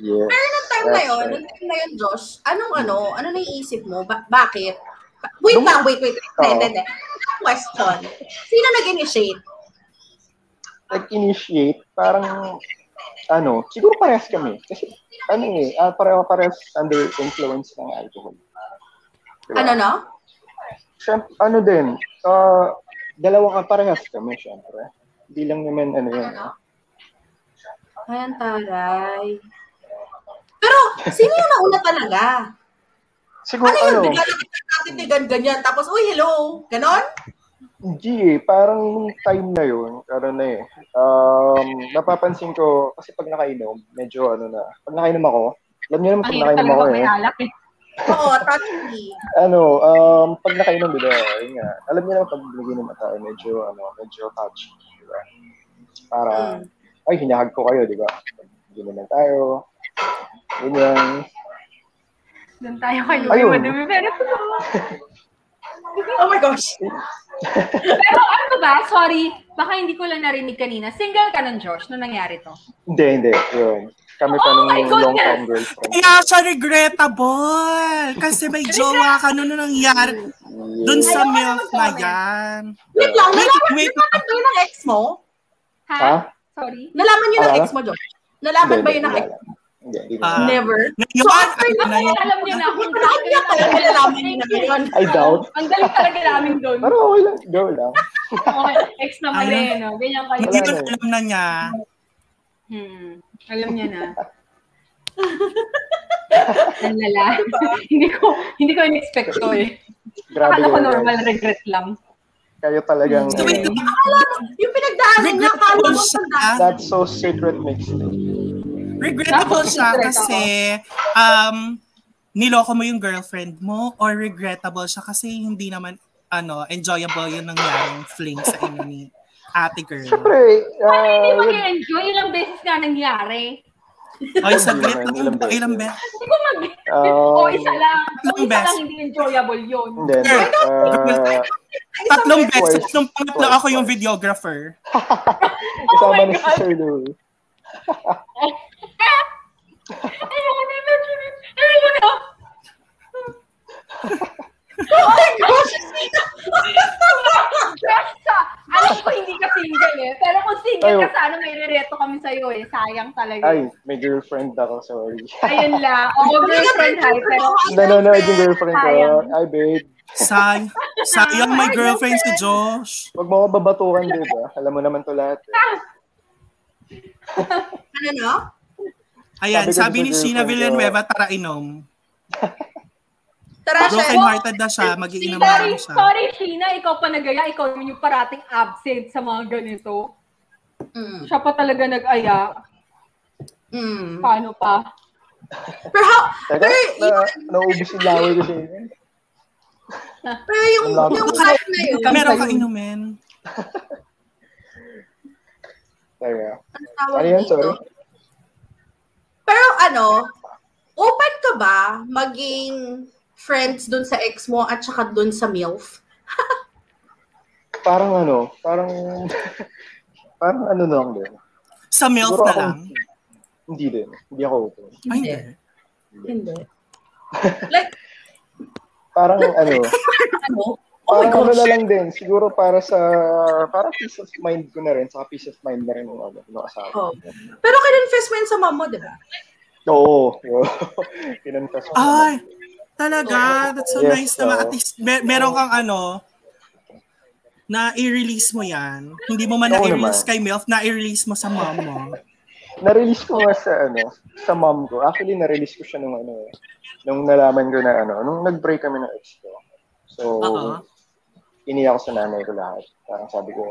D: yes.
B: Pero nung time na yun, nung time na yun, Josh, anong ano, ano naiisip mo? Ba- bakit? Ba- Wait
D: Nung-
B: lang, wait, wait.
D: Oo.
B: Hindi, hindi, hindi. Question. Sino nag-initiate?
D: nag-initiate, parang, ano, siguro parehas kami. Kasi, ano eh, ah, pareho parehas under influence ng alcohol. Diba?
B: Ano no?
D: Siyem- ano din, ah, dalawa ka parehas kami, syempre. Hindi lang naman, ano yun. ah.
B: Ay, ang taray. Pero, sino yung nauna talaga?
D: Siguro,
B: Ano yun?
D: ano,
B: Bigla na natitigan ganyan. Tapos, uy, hello. Ganon?
D: G, eh, parang nung time na yun, ano na eh, um, napapansin ko, kasi pag nakainom, medyo ano na, pag nakainom ako, alam niyo naman
C: Ang
D: pag
C: hirap
D: nakainom
C: talaga
D: ako
C: pag
D: eh,
C: may alak eh.
B: Oo, totally.
D: ano, um, pag nakainom, di ba, yun nga, alam niyo naman pag naginom na tayo, medyo, ano, medyo touchy, di ba? Para,
C: Mm.
D: ay, hinahag ko kayo, di ba? Pag Naginom na tayo, ganyan.
C: Doon tayo kayo.
D: Ayun.
C: Madumi. Pero,
B: Oh my gosh.
C: pero ano ba? Sorry. Baka hindi ko lang narinig kanina. Single ka nun, Josh, nung nangyari to.
D: Hindi, hindi, yun. Kami pa
C: Oh
D: nung
C: my goodness!
D: long-term girlfriend.
A: Kaya siya regrettable. Kasi may jowa ka noon na nangyari. Doon sa
C: Ayoko na
A: MILF na
C: mag-comment.
A: yan.
B: Wait lang,
A: Wait,
B: nalaman,
A: wait.
B: nalaman ba yun ng ex mo?
C: Ha?
D: Ha?
C: Sorry?
B: Nalaman yun ng
D: Ah.
B: ex mo, Josh? Nalaman ba yun ng ex?
D: Hindi, hindi.
A: Ah.
B: Never.
A: Ngayon,
B: So, after
A: ano na
C: Ako,
A: yun?
C: alam niyo na kung
B: Grabe
C: galing
B: pala nalalaman niyo na yun.
D: I doubt.
C: Ang galing talaga namin doon.
D: Pero okay lang, go lang.
C: Okay, ex naman
A: Alam.
C: eh, no? Ganyan kayo.
A: Hindi
D: Wala
A: doon
D: na eh.
A: alam na niya.
C: Hmm. Alam niya na. Ang lala. hindi ko, hindi ko in-expect to eh.
D: Grabe
C: Akala ko
D: yun,
C: normal
D: guys.
C: regret lang.
D: Kayo talagang...
A: So, wait, ah,
D: ano,
B: Yung pinagdaanan niya, kala
A: regrettable
B: mo
A: siya.
D: that's so secret mixtape.
A: Regrettable siya
C: Regret
A: kasi um, niloko mo yung girlfriend mo or regrettable siya kasi hindi naman ano enjoyable yung nangyaring fling sa inyo ni ate girl.
D: Siyempre,
C: Hindi
D: ah,
C: mo
D: yun,
C: enjoy ilang beses nga nangyari.
A: Ay, saglit
D: Ilang-
A: lang.
D: ilang
A: Ilang beses.
D: beses.
C: Hindi ko mag...
D: ah,
C: o isa lang.
A: Tatlong
C: O isa lang
A: beses.
C: hindi enjoyable yun.
D: Hindi, hindi.
C: Oh
D: Ah,
A: Tatlong beses.
D: Twice.
A: Nung pangatlo
D: Twice.
A: ako yung videographer.
D: kasama
C: Oh my
D: na si
C: God.
D: Sir Louie.
C: Ayoko na imagine. Ayoko na.
B: Oh my gosh!
C: Basta! Alam ko hindi ka single eh. Pero kung single ka,
D: Ayoko.
C: sana may rereto kami sa sa'yo eh. Sayang talaga.
D: Ay, may girlfriend ako, sorry.
C: Ayun lang. Oo,
B: Ano
C: girlfriend hyper.
D: Nanonood yung girlfriend ko.
C: Sayang.
D: Ay, babe.
A: Say, sayang may girlfriend si Josh.
D: Huwag mo ako babatukan, babe. ah. Alam mo naman to lahat. eh.
B: Ano no?
A: Ayan,
D: Sabi
A: sabi
D: ko
A: ni
D: sa
A: Sheena
D: girlfriend ko.
A: Villanueva, tara inom.
B: Tara,
A: Broken
B: Shell.
A: hearted na siya, magiinom na
C: Sorry,
A: lang siya.
C: sorry, Sheena. Ikaw pa nagaya. Ikaw yung parating absent sa mga ganito.
B: Mm.
C: Siya pa talaga nag-aya.
B: Mm.
C: Paano pa?
B: Pero, how,
D: Teka,
B: pero,
D: na,
B: yun,
D: naubos yung laway ko sa inyo.
B: pero yung,
D: Ang lakas.
B: yung hype na yun,
A: Kami Meron ka inumin.
D: Teka.
B: ang tawag
D: Ano yan,
B: dito.
D: sorry?
B: Pero ano, open ka ba maging friends dun sa ex mo at saka dun sa MILF?
D: Parang ano, parang... parang ano lang din.
A: Sa MILF
D: Siguro
A: na
D: ako-
A: lang.
D: Hindi din. Hindi ako open.
A: Ay, hindi.
B: Hindi. like,
D: Parang ano,
B: ano? Oh my
D: parang ano na
B: gosh.
D: lang din. Siguro para sa, para peace of mind ko na rin. Saka peace of mind na rin ng ano, ng asawa.
B: Oh. Pero kinonfess mo yun sa mom mo, di ba?
D: Oo. oo. Kinonfess ko.
A: Ay, talaga. That's so
D: Yes, ah.
A: nice naman.
D: oo.
A: At least, mer- meron kang ano, na i-release mo yan. Hindi mo man
D: Oo
A: na-release
D: naman.
A: kay MILF, na-release mo sa mom mo.
D: Na-release ko nga sa ano, sa mom ko. Actually, na-release ko siya nung ano eh. Nung nalaman ko na ano, nung nag-break kami ng ex ko. So,
A: Oo.
D: iniyak ko sa nanay ko lahat. Parang sabi ko,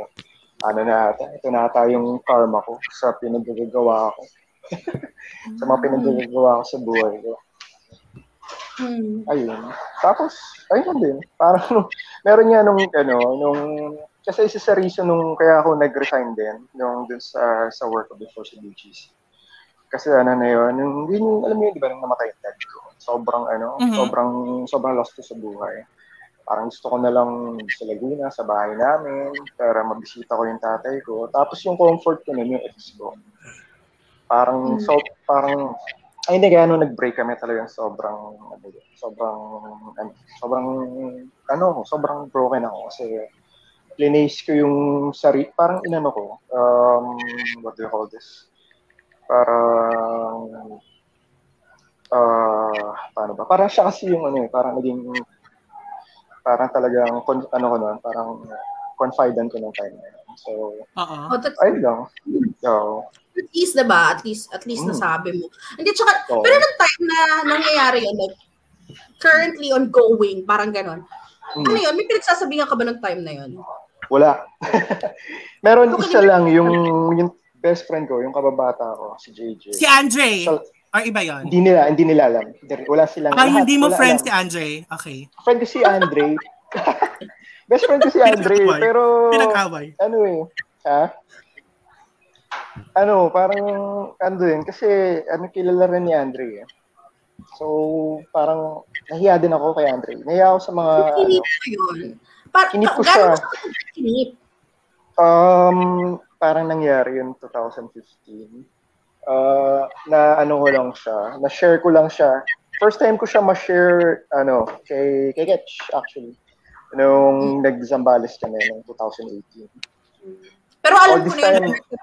D: ano na ata, ito na ata yung karma ko sa pinagagawa ko. sa mga pinagagawa ko sa buhay ko.
B: Hmm.
D: Ayun. Tapos, ayun din. Parang, nung- meron niya nung, ano, nung, kasi isa sa reason nung kaya ako nag-resign din, nung dun sa, sa work ko before sa BGC. Kasi ano na yun, yung, yun, yung- alam mo yun, di ba, nung namatay yung dad ko. Sobrang, ano,
A: Mhm.
D: sobrang, sobrang lost ko sa buhay. Parang gusto ko na lang sa Laguna, sa bahay namin, para mabisita ko yung tatay ko. Tapos yung comfort ko nun, yung ex ko. Parang, so, parang, ay hindi kaya nung nag-break kami talagang sobrang ano yun, sobrang ano, sobrang ano ako, sobrang broken ako kasi linis ko yung sarili parang inano ko um what do you call this parang ah paano ba parang siya kasi yung ano eh parang naging parang talagang con- ano ko noon parang confident ko nung time na yun. so
A: Oo.
B: Oh, that's
D: ayun lang so
B: at least, di ba? At least, at least
D: Mm.
B: nasabi mo. Hindi, tsaka,
D: Oo.
B: pero nung time na nangyayari yun, like, currently ongoing, parang ganon. Ano
D: mm,
B: yun? May pinagsasabihan ka ba nung time na yun?
D: wala meron isa lang yung yung best friend ko yung kababata ko si JJ
A: Si Andre.
D: Sa-
A: Or iba yon.
D: Hindi nila, hindi nila alam. Hindi- Wala silang
A: Ay,
D: lahat,
A: hindi mo
D: wala
A: friends si
D: alam.
A: Andre. Okay.
D: Friend ko si Andre. Best friend ko si Andre,
A: Pinag-away.
D: pero
A: Pinag-away.
D: ano eh, ha? Ano, parang ano din kasi ano kilala rin ni Andre eh. So, parang nahiya din ako kay Andre. Nahiya ako sa mga ano,
B: Kinip ko yun. Par-
D: Kinip ko
B: gano'n
D: siya.
B: mo siya kinip?
D: um parang nangyari yun 2015. Ah, na ano ko lang siya, na share ko lang siya. First time ko siya ma-share ano kay kay Ketch actually
B: Hmm.
D: nung nag-Zambales kami noong 2018.
B: Pero alam
D: All
B: ko
D: this
B: na yun.
D: time,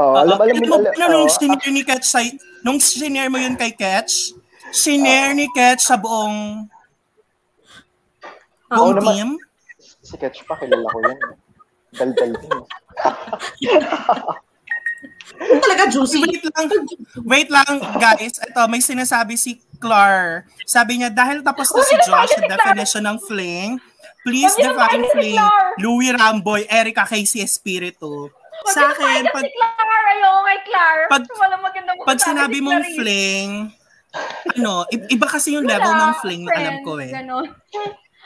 D: oh, alam alam
A: Alam
D: mo
A: mo,
D: alam,
A: ano nung
D: oh,
A: sinare ni Ketch sa, nung sinare mo yun kay Ketch, sinare ni Ketch sa buong,
D: Oo
A: buong
D: naman.
A: team?
D: ah, si Ketch pa kilala ko yun. Daldal din. eh.
B: Ito talaga juicy.
A: Wait lang, wait lang guys. Ito, may sinasabi si Clar. Sabi niya, dahil tapos na
C: Uy,
A: si Josh sa
C: nabasa si Clar.
A: definition ng fling, please
C: Sabi niya,
A: define
C: nabasa si
A: fling.
C: Clar.
A: Louis Ramboy, Erica Casey Espiritu.
C: Huwag
A: Sa
C: yung
A: akin,
C: kaya
A: pag,
C: si Clara, ayoko kay Clara.
A: Pag-
C: Walang magandang
A: pag
C: masasabi
A: sinabi
C: si
A: mong
C: Clarice.
A: fling, ano, i- iba kasi yung level
C: Wala,
A: ng fling na alam ko
C: friends,
A: eh.
C: ganon.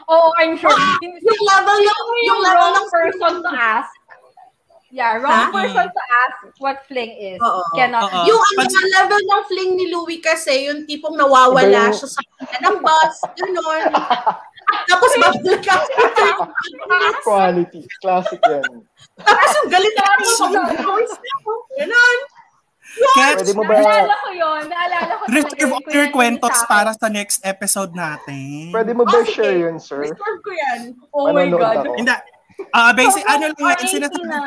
C: Oo, I'm sure.
B: Ah, Yung level yung, yung
C: yung
B: level
C: wrong
B: ng
C: person to ask. Yeah,
B: Ha?
C: wrong person to ask what fling is.
B: Oo.
C: Cannot.
A: Ah. Oo.
B: Yung
A: uh,
B: ano
A: Pag-
B: nga level ng fling ni Louie kasi, yung tipong nawawala
D: Iba yung-
B: siya sa kanya ng bus, gano'n. Tapos babalik ka.
D: Quality. Classic yan.
B: Tapos yung galit na ako.
C: Sorry, sorry.
B: oh, Gano'n.
A: Ketch,
D: Pwede mo ba,
C: Naalala ko yun. Naalala ko
A: reserve
C: yun.
A: all your
C: Kwento
A: kwentos
C: sa akin.
A: para sa next episode natin.
D: pwede mo
B: Oh,
D: ba
B: sige.
D: share yun, sir?
B: Reserve ko yan.
C: Oh my
D: Manonood
C: God.
D: ako.
A: Hindi. Ah, basic,
C: Sobrang
A: ano lang yan,
C: crazy
A: sinasabi,
C: na.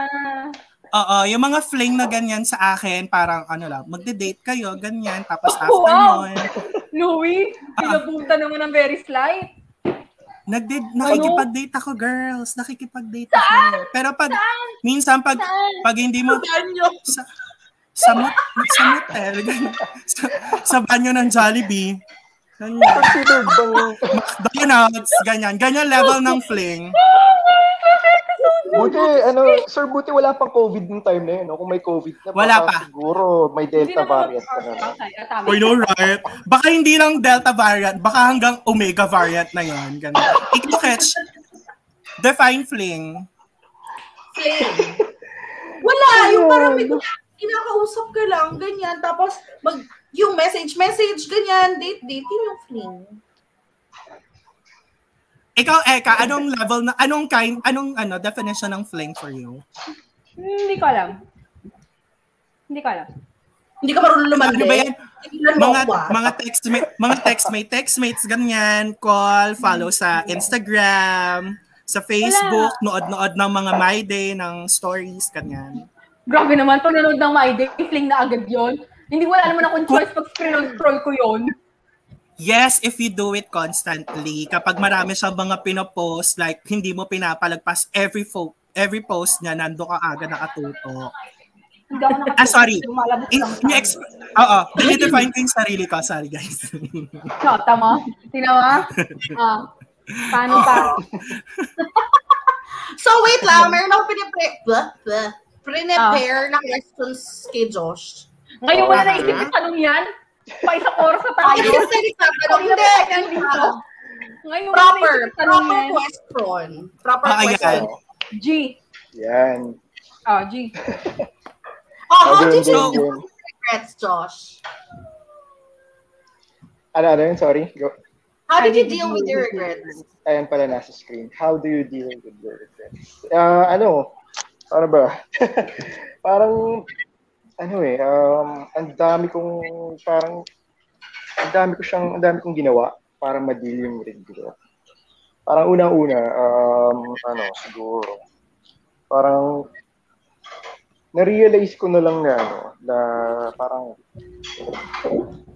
A: Oo, yung mga fling na ganyan sa akin, parang ano lang, magde-date kayo, ganyan, tapos
C: Oh,
A: after
C: wow!
A: nun,
C: Louie,
A: Ah.
C: pinapunta naman ng very slight.
A: nagde- nakikipag-date ako, girls, nakikipag-date ako. Pero pag, minsan pag,
C: Saan?
A: pag hindi mo,
B: Ganyo.
A: sa, sa, mot, sa motel, ganun. sa, sa banyo ng Jollibee, ganyan,
D: Considered bang,
A: McDonald's, ganyan, ganyan level ng fling.
D: buti, ano, sir, buti wala pang COVID nung time na yun. No? Kung may COVID na,
A: Wala
D: baka
A: pa.
D: Siguro, may Delta variant pa na.
C: Okay, ah, tama.
A: I know, right? Baka hindi lang Delta variant, baka hanggang Omega variant na yun. Ganun. Ikaw, Ketch, define fling.
B: Flame. Wala, yung parang may kinakausap ka lang, ganyan. Tapos, mag, yung message, message, ganyan, date, date, yun yung fling.
A: Ikaw, Eka, anong level na, anong kind, anong ano, definition ng fling for you?
C: Hmm, Hindi ko alam. Hindi ko alam.
B: Hindi ka marunong lumandi.
A: Ano ba yan?
B: Tingnan mo
A: Mga,
B: ako, ah.
A: mga textmate, mga textmate, textmates, ganyan, call, follow sa Instagram, sa Facebook, nood-nood ng mga my day, ng stories, ganyan.
C: Grabe naman, pag nanood ng My Day, fling na agad yon. Hindi wala naman akong choice pag scroll-scroll ko yon.
A: Yes, if you do it constantly. Kapag marami siyang mga pinopost, like hindi mo pinapalagpas every fo- every post niya, nando ka agad nakatuto.
C: Hindi ako nakatulog.
A: Ah, sorry.
C: Lumalabas
A: In,
C: lang.
A: in ex- Oo, dinidefine ko yung sarili ko. Sorry, guys.
C: No, tama. Tinawa? Ah. Paano pa?
B: So, wait lang, meron ako pinipre- blah, blah, prepare na questions kay Josh.
C: Ngayon wala na
A: Aha.
C: isip yung tanong yan? Pa isang oras na
B: Ay,
C: tayo.
B: hindi sa nagtatanong.
C: Ay,
B: Hindi,
C: dapat yan
B: hindi
C: dito.
B: pa.
C: Ngayon wala na
B: Proper,
C: isip yung tanong
B: proper
C: yan.
B: question. Proper
A: Ah, ayan.
B: question.
C: G.
D: Yan.
C: Oh, G.
B: Oh,
D: Oh,
B: how
D: game,
B: did you
A: so-
D: game, game.
B: regrets, Josh?
D: Ano, ano yun? Sorry. Go.
B: How did you deal with your regrets?
D: Ayan pala nasa screen. How do you deal with your regrets? Ah, ano? Ano ba? parang, ano eh, um, ang dami kong, parang, ang dami ko siyang, ang dami kong ginawa para ma-deal yung regret. Parang unang-una, um, ano, siguro, parang, na-realize ko na lang na, ano, na parang,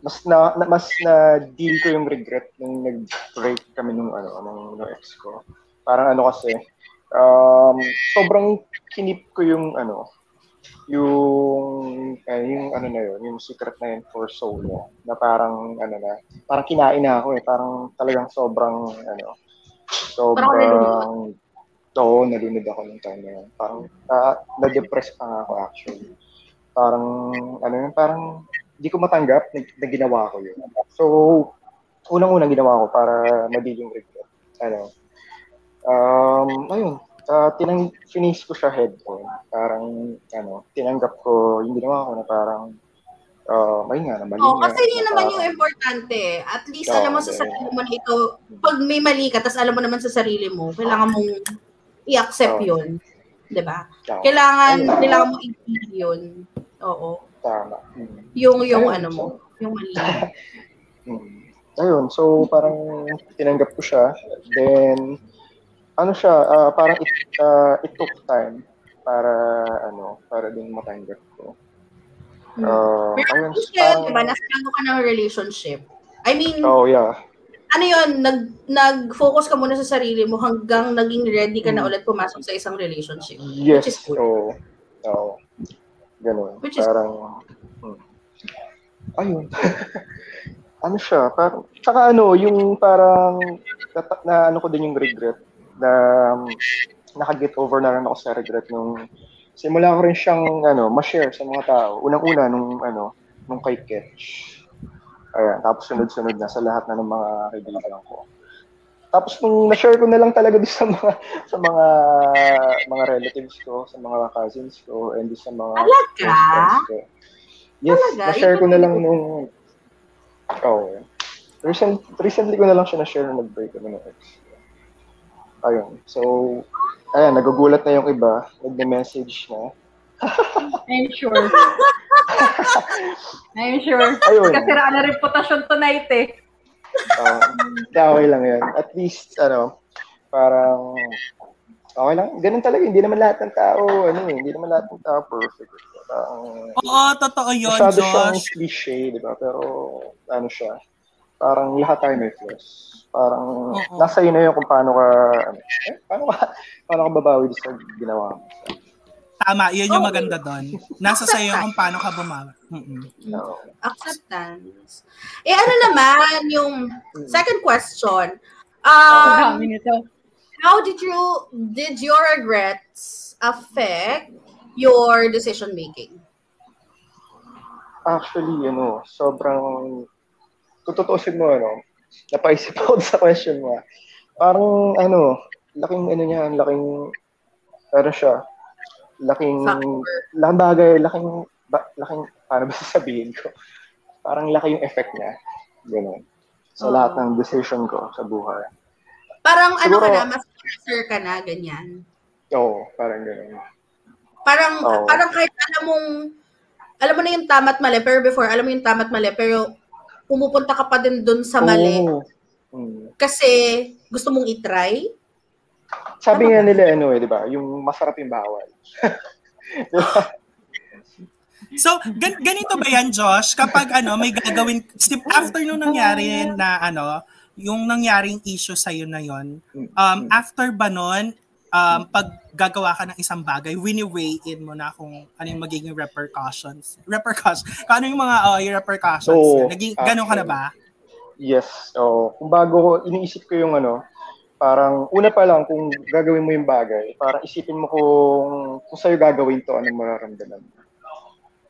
D: mas na, na- mas na deal ko yung regret nung nag-break kami nung ano nung, nung ex ko. Parang ano kasi um, sobrang kinip ko yung ano yung eh, yung ano na yun, yung secret na yun for so long na parang ano na parang kinain na ako eh parang talagang sobrang ano sobrang Oo, nalunod ako nung time na yun. Parang ah, na-depress pa nga ako actually. Parang ano yun, parang di ko matanggap na, na ginawa ko yun. So, unang-unang ginawa ko para madeal yung regret. Ano, um, ayun, ah, tinang, finish ko siya head on. Parang, ano, tinanggap ko yung ginawa ko na parang, uh, ayun nga, na mali
B: Oh,
D: nga,
B: kasi yun
D: na
B: naman yung
D: parang-
B: importante. At least
D: Oo,
B: alam mo sa
D: eh.
B: sarili mo na ito, pag may mali ka, tapos alam mo naman sa sarili mo, kailangan mong i-accept
D: Oo.
B: yun. 'Di ba?
D: Tama,
B: Kailangan,
D: Ayun.
B: kailangan mo i-deal yun. Oo.
D: Tama. Mm.
B: Yung, yung
D: Ayun,
B: ano mo, yung mali. mo.
D: Mm. Ayun, so parang tinanggap ko siya. Then, ano siya, ah, parang it, ah, it took time para, ano, para din matanggap ko.
B: Mm.
D: Ah,
B: Meron
D: ayun,
B: siya,
D: parang,
B: di ba? Nasa bago diba, ka ng relationship. I mean,
D: oh yeah,
B: ano yun, nag, nag-focus ka muna sa sarili mo hanggang naging ready ka na
D: Mm.
B: ulit pumasok sa isang relationship.
D: yes,
B: Which is good.
D: oo, oo, ganun,
B: Which is-
D: parang, mm. ayun, ano siya, parang, tsaka ano, yung parang, na, na ano ko din yung regret, na um, nakaget over na rin ako sa regret nung, simula ko rin siyang, ano, ma-share sa mga tao, unang-una nung, ano, nung kay Ketch. Ayan, tapos sunod-sunod na sa lahat na ng mga kaibigan ko. Tapos nung na-share ko na lang talaga doon sa mga sa mga mga relatives ko, sa mga cousins ko, and doon sa mga
B: Talaga?
D: close friends ko. Yes,
B: Talaga?
D: na-share
B: Yun
D: ko na
B: yung-
D: lang nung oh, recent, recently ko na lang siya na-share na nag-break kami ng ex. Ayun. So, ayan, nagugulat na yung iba. Nag-message na.
C: I'm sure. I'm sure.
D: Ayun.
C: Kasiraan na reputasyon tonight eh.
D: Ah, Um, okay lang yun. At least, ano, parang, Okay lang. Ganun talaga. Hindi naman lahat ng tao, ano eh, hindi naman lahat ng tao perfect. Parang,
A: Oo, totoo yun,
D: masyado siyang
A: Josh.
D: cliche, di ba? Pero, ano siya, parang lahat tayo may flaws. Parang,
A: Oo.
D: nasa iyo na yun kung paano ka, ano, eh, paano ka, paano ka babawi sa ginawa mo.
A: Tama, yun yung
D: Oh.
B: Oo.
A: maganda doon. Nasa sa'yo kung paano ka bumawi. Mm-mm.
D: No.
B: Acceptance. Eh, ano naman yung second question?
C: Ang
B: Um,
C: dami nito.
B: how did you did your regrets affect your decision making?
D: Actually, ano, sobrang, kung tutuusin mo, ano, napaisip ako sa question mo. ah. Parang, ano, laking, ano niya, ang laking, ano siya, laking,
B: Factor.
D: laking bagay, laking, ba, laking, paano ba sasabihin ko? Parang laki yung effect niya. Ganun. Sa
B: Oo.
D: lahat ng decision ko sa buhay.
B: Parang ano ka
D: Siguro-
B: na, mas cancer ka na, ganyan.
D: Oo, parang ganun.
B: Parang,
D: Oo.
B: parang kahit alam mong, alam mo na yung tama't mali, pero before, alam mo yung tama't mali, pero pumupunta ka pa din dun sa mali.
D: Oo. Mm.
B: Kasi gusto mong itry. Tama
D: Sabi nga nila, ano eh, di ba, yung masarap yung bawal. Di ba?
A: So, gan- ganito ba yan, Josh? Kapag ano, may gagawin, si- after nung nangyari na ano, yung nangyaring issue sa'yo na yon, um,
D: Mm. Mm.
A: after ba nun, um, pag gagawa ka ng isang bagay, wini-weigh in mo na kung ano yung magiging repercussions. Repercussions. Kung ano yung mga uh, yung repercussions.
D: Oo,
A: Naging, ganun ka na ba?
D: Yes. Oo. kung bago ko, iniisip ko yung ano, parang una pa lang kung gagawin mo yung bagay, parang isipin mo kung kung sa'yo gagawin to, anong mararamdaman mo.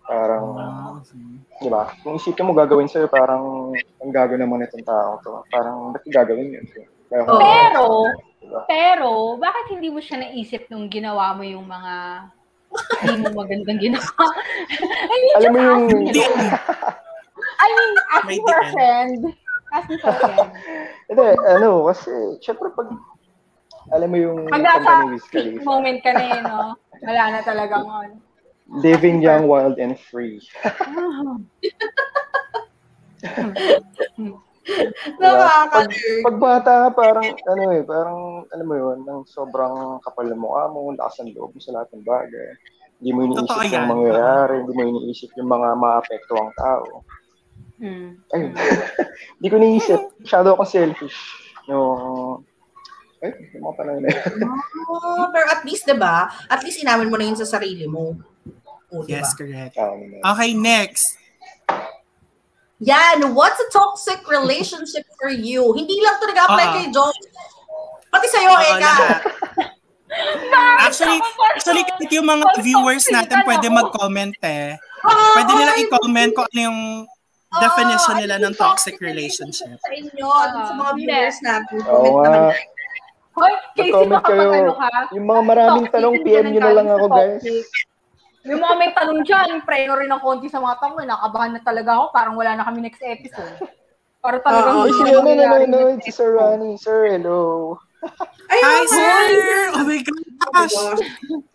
D: Parang,
A: Oh.
D: di ba? Kung isipin mo gagawin sa'yo, parang ang gago naman itong tao to. Parang, ba't gagawin yun? Parang,
B: Oo.
C: Pero,
D: di ba?
C: pero, bakit hindi mo siya naisip nung ginawa mo yung mga hindi mo magandang ginawa? I mean,
D: Alam mo
C: just
D: yung-
C: asking,
A: Hindi.
C: you know? I mean,
A: May
C: asking for a
A: depende.
C: friend. Asking for a friend.
D: Hindi, ano, kasi, syempre pag, alam mo yung
C: Pag
D: kanta
C: nasa
D: ni Wiz
C: peak
D: Khalifa,
C: moment ka na yun, no? Wala na talagang on.
D: living young, wild, and free. Diba? Pag,
B: Nakaka-nerd.
D: pagbata ka, parang, ano eh, parang, alam mo yun, ng sobrang kapal ng mukha mo, lakas ng loob mo sa lahat ng bagay. Hindi mo iniisip
A: Totoo yan.
D: yung mangyayari, hindi mo iniisip yung mga maapekto ang tao.
C: Hmm.
D: Ayun. Hindi ko naisip. Masyado akong selfish. No. Ay, yung mga panahon na yun.
B: Oo, pero at least, 'di ba? At least inamin mo na 'yun sa sarili mo. O, 'di ba?
A: Yes, correct.
D: Tao naman.
A: Okay, next.
B: Yan, what's a toxic relationship for you? Hindi lang to nag-apply
A: Oo.
B: kay Josh. Pati sa'yo,
A: Oo,
B: Eka.
A: lahat. Actually, actually kahit yung mga
C: Parang
A: viewers natin
C: sinikan
A: pwede
C: ako.
A: mag-comment eh.
B: Oo,
A: Pwede nila
B: ay,
A: i-comment kung ano yung
B: oo,
A: definition nila
B: ano
A: ng
B: yung
A: toxic relationship. Ah.
B: Sa inyo, sa mga
C: Hindi.
B: viewers natin.
D: Oo
B: Comment
D: nga.
B: naman.
C: Hoy, Casey,
D: Mag-comment
C: baka
D: kayo.
C: pag ano ka?
D: Yung mga maraming
C: Toxic
D: tanong,
C: yung
D: PM nyo na lang
C: pinanggaling
D: ako,
C: sa
D: guys.
C: toxic. May mga may tanong dyan, preno rin ng konti sa mga tanong. Nakabahan na talaga ako, parang wala na kami next episode. Para talagang
B: Oo.
D: Ay,
C: hindi
D: si
C: na
D: ano
C: mangyayari
D: nanonood,
C: next
D: si Sir
C: episode.
D: Ronnie. Sir, hello.
B: Ay,
A: Hi,
B: oo nga.
A: sir! Oh my
B: Oh my
A: gosh!
B: gosh.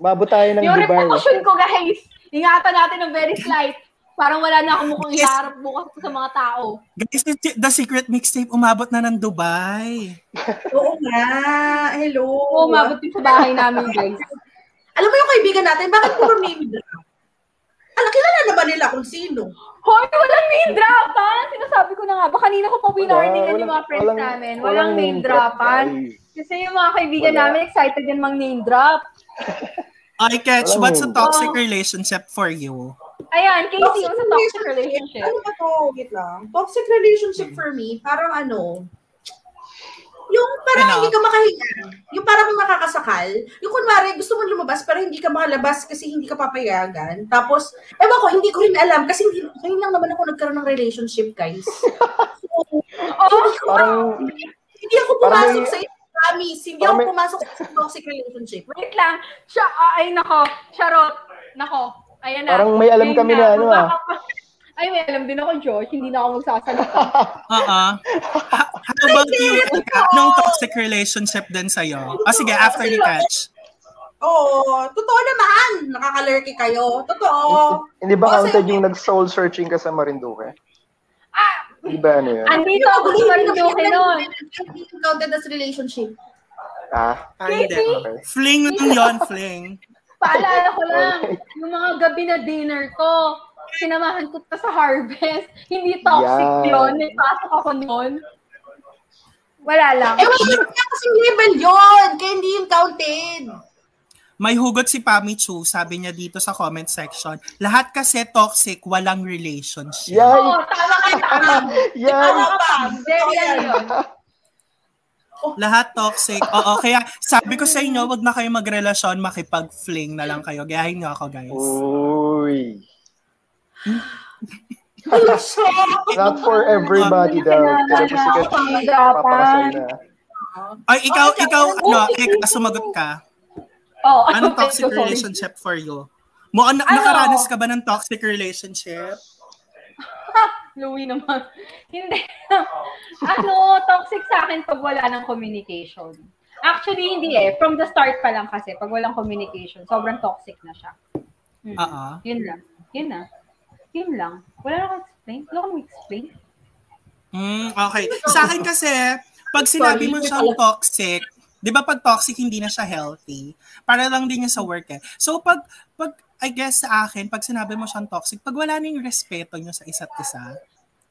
D: Mabot tayo ng
C: Yung
D: Dubai.
C: repercussion ko, guys, ingatan natin ng very slight. Parang wala na akong mukhang
A: Yes.
C: iharap bukas sa mga tao.
A: Guys, the- the secret mixtape umabot na ng Dubai.
B: Oo nga. Hello.
C: Oo, umabot din sa bahay namin, guys.
B: Alam mo yung kaibigan natin, bakit puro Ah, name drop? Alam, kilala naman nila kung sino.
C: Hoy, walang name dropan! Sinasabi ko na nga, baka kanina ko pa winarningan yung mga friends
D: Diba? walang-
C: namin. Walang,
D: walang
C: name ah.
D: drop,
C: dropan.
D: guys.
C: Kasi yung mga kaibigan
D: Wala.
C: namin, excited yan mang name drop.
A: I catch,
D: Alam
A: what's a
D: mo.
A: toxic
B: Ah.
C: Oh.
A: relationship for you?
C: Ayan, Casey, yung sa toxic relationship.
B: Ano ba to? Wait lang. Toxic relationship for me, parang ano, yung parang
A: Ano?
B: hindi ka makahinga. Yung parang makakasakal. Yung kunwari, gusto mo lumabas pero hindi ka makalabas kasi hindi ka papayagan. Tapos, ewan ko, hindi ko rin alam kasi hindi, ngayon lang naman ako nagkaroon ng relationship, guys. So,
C: Oh,
B: hindi, ko,
D: Parang,
B: hindi ako
D: parang
B: pumasok
D: may-
B: sa promise. Hindi
D: parang
B: ako
D: may-
B: pumasok sa toxic relationship.
C: Wait lang. Siya, ah, ay, nako. Charot. Nako. Ayan na.
D: Parang may alam
C: Ayun
D: kami na ano, ah.
C: Baka- Ay, may alam din ako, Josh. Hindi na ako magsasalita.
A: Oo. Uh-uh. Ha- How about you, Ika? Anong toxic relationship din sa'yo? O sige, after ni Catch.
B: Oo, totoo naman. Nakakalurky kayo. Totoo.
D: hindi ba
B: Kasi-
D: counted yung nag-soul searching ka sa Marinduque?
C: ah,
D: Hindi ba ano yun?
C: andito ako sa Marinduque noon.
B: Hindi counted as relationship.
D: Ah,
A: Ah, hindi.
C: Katie?
D: okay.
A: Fling lang yon, fling.
C: Paalala ko lang,
D: Alright.
C: yung mga gabi na dinner ko, sinamahan ko pa sa harvest. Hindi toxic
D: Yeah.
C: yun. May pasok ako noon. Wala lang.
B: Eh, wait, wala kasing level yun. Kaya hindi yun counted.
A: May hugot si Pami Chu, sabi niya dito sa comment section. Lahat kasi toxic, walang relationship.
D: Yay!
C: Oo, tama ka, tama.
A: Ah,
B: Tama
D: Yay!
B: ka pa.
C: Very yan yun.
A: Lahat toxic. Oo, kaya sabi ko sa inyo, wag na kayo magrelasyon, makipag-fling na lang kayo. Gayahin niyo ako, guys.
D: Oh. Uy. Not
B: Not
D: for everybody Ah, daw. Pero kasi kasi papakasal na.
A: Ay, ikaw,
C: Oh,
A: ikaw,
C: oh,
A: ano,
C: oh,
A: eh, sumagot ka.
C: Oo,
A: Anong
C: sorry,
A: toxic
C: sorry.
A: relationship for you? Mo, ano,
C: Ano?
A: nakaranas ka ba ng toxic relationship?
C: Louie naman. Hindi. ano, toxic sa akin pag wala ng communication. Actually, hindi eh. From the start pa lang kasi, pag walang communication, sobrang toxic na siya. Mm.
A: Oo.
C: Yun lang. Yun na. Yun lang. Wala na akong explain. Wala akong explain.
A: Mm, okay. Sa akin kasi, pag sinabi mo siyang toxic, 'di ba pag toxic hindi na siya healthy. Para lang din niya sa work eh. So pag pag I guess sa akin, pag sinabi mo siyang toxic, pag wala na yung respeto niyo sa isa't isa,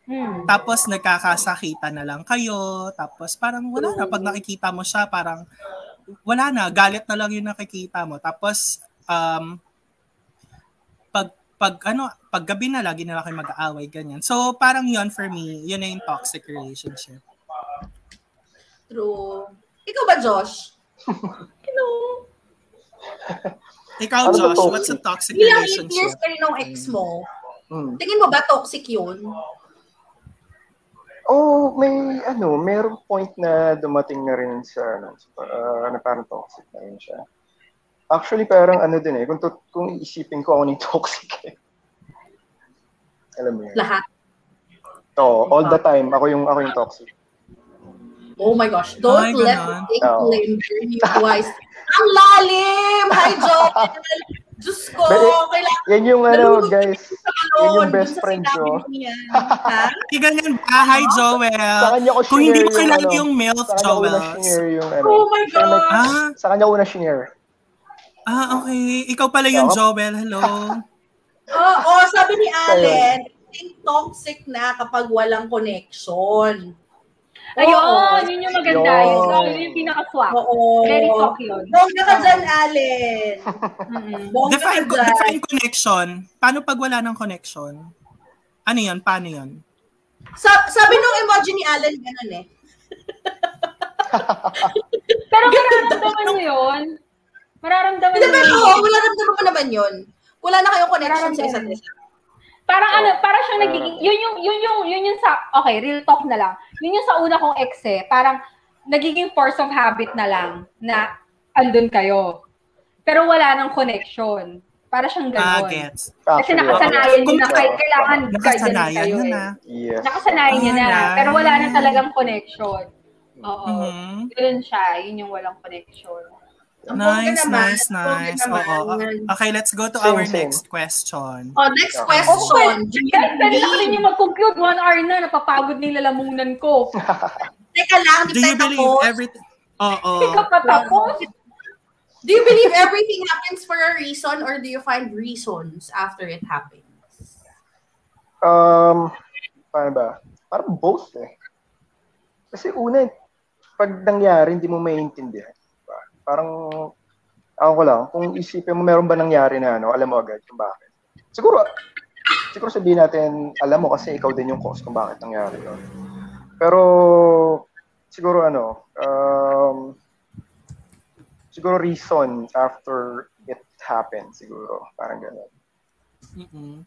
C: Hmm.
A: tapos nagkakasakita na lang kayo, tapos parang wala na pag nakikita mo siya, parang wala na, galit na lang yung nakikita mo. Tapos um pag pag ano, pag gabi na lagi na lang kayo mag-aaway ganyan. So parang 'yon for me, 'yun na yung toxic relationship.
B: True. Ikaw ba, Josh?
A: Ikaw,
D: Ano ba
A: Josh,
D: toxic?
A: what's a toxic
B: Bilang 8
A: relationship?
B: years ka rin ng ex mo,
D: Hmm.
B: tingin mo ba toxic yun?
D: Oh, may ano, merong point na dumating na rin sa ano, sa- ah, na parang toxic na rin siya. Actually, parang ano din eh, kung, to, kung iisipin ko ako ng toxic eh. Alam mo yun.
B: Lahat.
D: Oo, all the time, ako yung, ako yung toxic.
B: Oh my gosh. Don't
A: Ay,
B: let
A: ganon.
B: it
D: Oo.
B: linger you twice. Ang lalim! Hi, Josh! Diyos ko,
D: But-
B: kailangan
D: Yan yung ano,
B: Nalulungkot
D: guys.
B: sa kalon.
D: Yun yung best friend ko.
B: Ha?
A: Hindi ganyan ba? Hi,
D: Sa
A: Joel.
D: kanya ko
A: Kung hindi mo
D: shinare
A: kilala
D: ano,
A: yung MILF,
D: sa kanya ko
A: Joel.
D: na shinare yung ano.
B: Oh my
D: Siya nag-
B: gosh!
A: Ah,
D: Sa kanya ko na shinare.
A: ah, okay. Ikaw pala yung
D: Oo.
A: Joel. Hello.
B: Oo, sabi ni Allen, I think toxic na kapag walang connection.
C: Ayun, yun yung maganda. Yun,
D: Yun.
C: yun yung pinaka-swak.
B: Oo.
C: Very talk yun.
B: Bongga ka dyan, Allen.
C: Mm-mm.
B: Bongga
A: define,
B: ka
A: co-
B: dyan.
A: define connection. Paano pag wala ng connection? Ano yun? Paano yun?
B: Sa- sabi nung emoji ni Allen, ganun eh.
C: Pero mararamdaman mo yun. Mararamdaman
B: Hindi
C: mo
B: ba,
C: yun.
B: oo, wala naman mo naman yun. Hmm. Wala na kayong connection sa isa't isa.
C: Parang ano,
D: Oo.
C: parang siyang nagiging, yun yung, yun yung, yun yung sa, okay, real talk na lang. Yun yung sa una kong ex eh, parang nagiging force of habit na lang na andun kayo. Pero wala ng connection. Para siyang
A: Ah,
C: ganun.
A: gets.
C: Kasi
D: Actually, ah.
C: nakasanayan
A: Kung-
C: yun na kahit kailangan guardian
A: Nakasanayan
C: kayo
A: yun ah.
C: eh.
A: na.
D: Yes.
C: Nakasanayan yun
A: Alright.
C: na. Pero wala na talagang connection. Oo.
A: Mhm.
C: Yun siya, yun yung walang connection.
B: Ang bongga
A: Nice,
B: naman,
A: nice,
B: ang bongga
A: nice.
B: naman.
A: Oo. Okay, let's go to
D: Same,
A: our
D: same.
A: next question.
B: Oh, next
D: Okay.
B: question.
C: Guys, pwede na kami
B: Jimmy.
C: yung mag-compute. One hour na, napapagod na yung lalamunan ko.
B: Teka lang,
A: Do
B: di
A: you
B: tayo
A: believe
B: tapos.
A: everything? Oo.
C: Hindi ka pa tapos.
B: Do you believe everything happens for a reason or do you find reasons after it happens?
D: Um, paano ba? Parang both eh. Kasi una, pag nangyari, hindi mo maiintindihan. Diba? Parang, ako ko lang, kung isipin mo meron ba nangyari na ano, alam mo agad kung bakit. Siguro, siguro sabihin natin, alam mo kasi ikaw din yung cause kung bakit nangyari yun. Pero, siguro ano, um, siguro reason after it happened, siguro. Parang gano'n.
A: Mhm.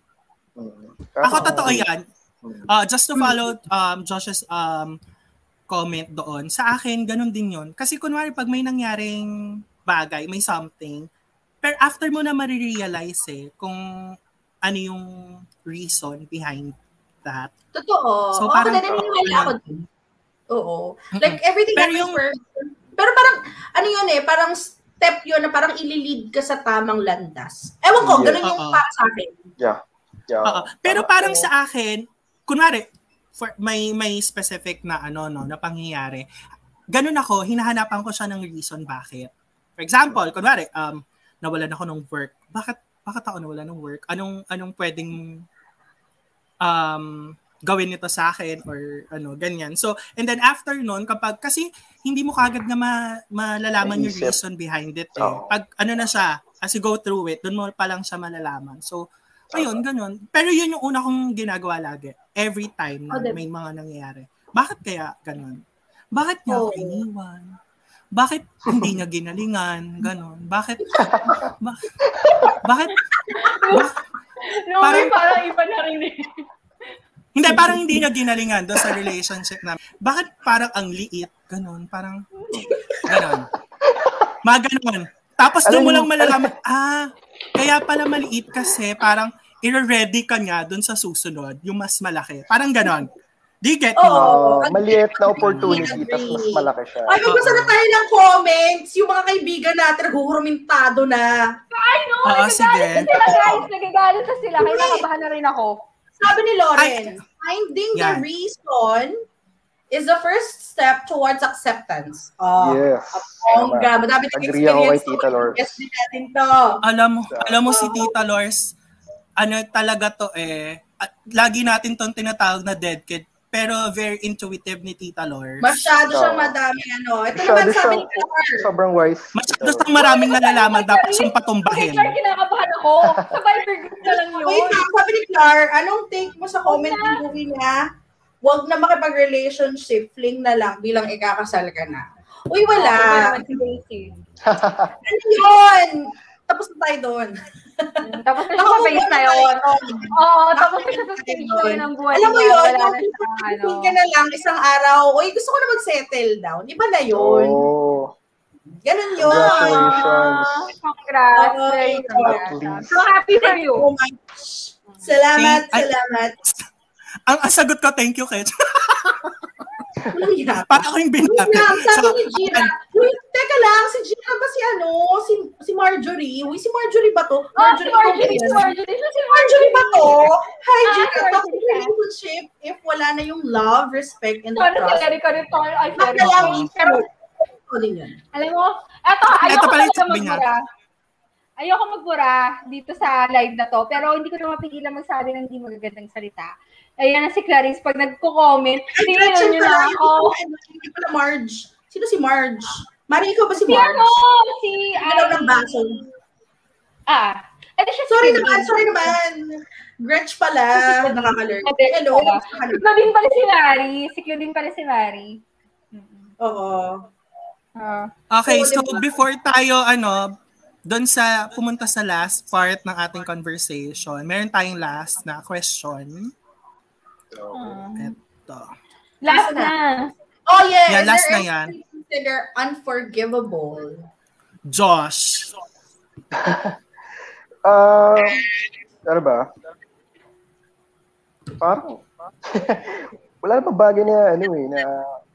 D: Mm.
A: Ako
D: Parang-
A: totoo yan.
D: Mm.
A: Uh, just to follow um, Josh's um, comment doon, sa akin, ganun din yun. Kasi kunwari, pag may nangyaring bagay, may something, pero after mo na marirealize eh, kung ano yung reason behind that.
B: Totoo.
A: So,
B: So,
A: parang-
B: ako na naniniwala ako dun. Oo. Like, everything
A: Pero
B: happens
A: yung-
B: for... Pero parang, ano yun eh, parang step yun na parang ililid ka sa tamang landas. Ewan ko,
D: Yes.
B: ganun yung
A: Oo.
B: para sa akin.
D: Yeah. Yeah.
A: Oo. Pero
D: Tama.
A: parang
B: Oo.
A: sa akin, kunwari, for, may may specific na ano no na pangyayari. ganun ako, hinahanapan ko siya ng reason bakit. For example, kunwari, um, nawalan ako ng work. Bakit, bakit ako nawalan ng work? Anong, anong pwedeng um, gawin nito sa akin or ano, ganyan. So, and then after nun, kapag, kasi hindi mo kagad na ma- malalaman yung
D: Naisip.
A: reason behind it. Eh.
D: Oo.
A: Pag ano na siya, as you go through it, dun mo pa lang siya malalaman. So, ayun, ganun. Pero yun yung una kong ginagawa lagi. Every time na
C: Oh, diba?
A: may mga nangyayari. Bakit kaya ganun? Bakit niya ako
B: Oo.
A: iniwan? Bakit hindi niya ginalingan? Ganun. Bakit? Ba- bakit?
C: No, parang, parang iba na rin eh.
A: Hindi, parang hindi niya ginalingan doon sa relationship namin. Bakit parang ang liit? Ganun. Parang, ganun. Mga ganun. Tapos doon mo lang malalaman, ah, kaya pala maliit kasi parang i-ready ka niya doon sa susunod, yung mas malaki. Parang ganun. Do you get me?
B: Oo.
D: Ah, maliit na opportunity, tas mas malaki siya.
B: Ay, magbasa na tayo ng comments. Yung mga kaibigan natin, naguhurumintado na.
C: I know,
A: Oo,
C: nagagalit na
A: Ah, sige.
C: sila guys, nagagalit na sila. Kaya nakabahan na rin ako.
B: Sabi ni Lauren,
A: Ay.
B: finding the
A: Yan.
B: reason is the first step towards acceptance. Oh,
D: Yes.
B: Bongga. Madami tayong
D: Agree ako kay
B: experience
D: Tita
B: to.
D: Lor.
B: Yes, din natin to.
A: Alam mo, alam mo si Tita Lors, ano talaga to eh, at lagi natin tong tinatawag na dead kid, pero very intuitive ni Tita Lors.
B: Masyado siyang
D: Oo.
B: madami ano. Ito
D: Masyado
B: naman sabi ni
D: siyang-
B: Lor.
D: Sobrang wise.
A: Masyado sang maraming nalalaman, dapat siyang patumbahin.
C: Hindi, Char, kinakabahan ako. Sa Viber group na lang yun.
B: Wait lang, sabi ni Clar, anong take mo sa comment ni Louie na huwag na makipag-relationship, fling na lang bilang ikakasal ka na? Uy, wala.
C: Iba Ah, naman si Daisy.
B: Ano yun? Tapos na tayo doon.
C: Mm, Tapos na siya sa
B: Nakaupo
C: face na
B: na tayo
C: yun.
B: doon.
C: Oo, tapos na siya sa stage na yun ng buhay.
B: Alam mo
C: niya.
B: yun,
C: Wala na
B: yung
C: siyang ano.
B: fling ka na lang isang araw, uy, gusto ko na mag-settle down. Iba na yun.
D: Oh,
B: Ganun yun.
D: Congratulations.
C: Ah, Congrats.
B: Oo,
C: Very
B: ito.
C: congrats.
D: Please.
C: So happy for you.
B: Oh my gosh. Salamat,
A: Ay-
B: salamat.
A: Ang asagot ko, thank you, Ketch.
B: Ano yan?
A: Para ako yung
B: Wait
A: binati.
B: lang, sabi
A: So,
B: ni Gina, wait, teka lang, si Gina ba si ano, si, si Marjorie? Uy, si Marjorie ba to?
C: Oh, si Marjorie, si
B: Marjorie,
C: Marjorie. Siya si
B: Marjorie ba to? Hi,
C: Ah,
B: Gina,
C: Marjorie.
B: toxic relationship if wala na yung love, respect, and
C: Ito, ano si
B: trust.
C: Erica Rito? Ay, sorry.
B: Makalangin ka
C: Pero,
B: din yun.
C: Alam mo, eto, ayoko
A: Eto pala yung
C: talaga
A: sabi niya.
C: magbura. Ayoko magbura dito sa live na to, pero hindi ko na mapigilan magsabi ng hindi magagandang salita. Ayan na si Clarice, pag nagko-comment, tingnan
B: Gretchen
C: niyo na
B: pala,
C: ako.
B: Ano, hindi pala Marge. Sino si Marge? Mari, ikaw ba si
C: Si
B: Marge?
C: ano, si...
B: Ano daw ng baso?
C: Ah, eto siya si
B: Sorry
C: Nadine.
B: naman, sorry naman. Gretch pala. Nakakalert.
C: Hindi,
B: Hello.
C: ah, Si Claudine pala si Mari. Si Claudine pala si Mari.
B: Oo.
C: Ah.
A: okay, so before tayo, ano, doon sa pumunta sa last part ng ating conversation, meron tayong last na question. Ito.
B: Isa
C: Last
B: na.
C: na.
B: Oh, yeah.
A: Yeah,
B: Is
A: last
B: there
A: na yan.
B: anything you Consider unforgivable.
A: Josh.
D: Ah, ano ba? Parang, wala na pa bagay na, ano eh, na,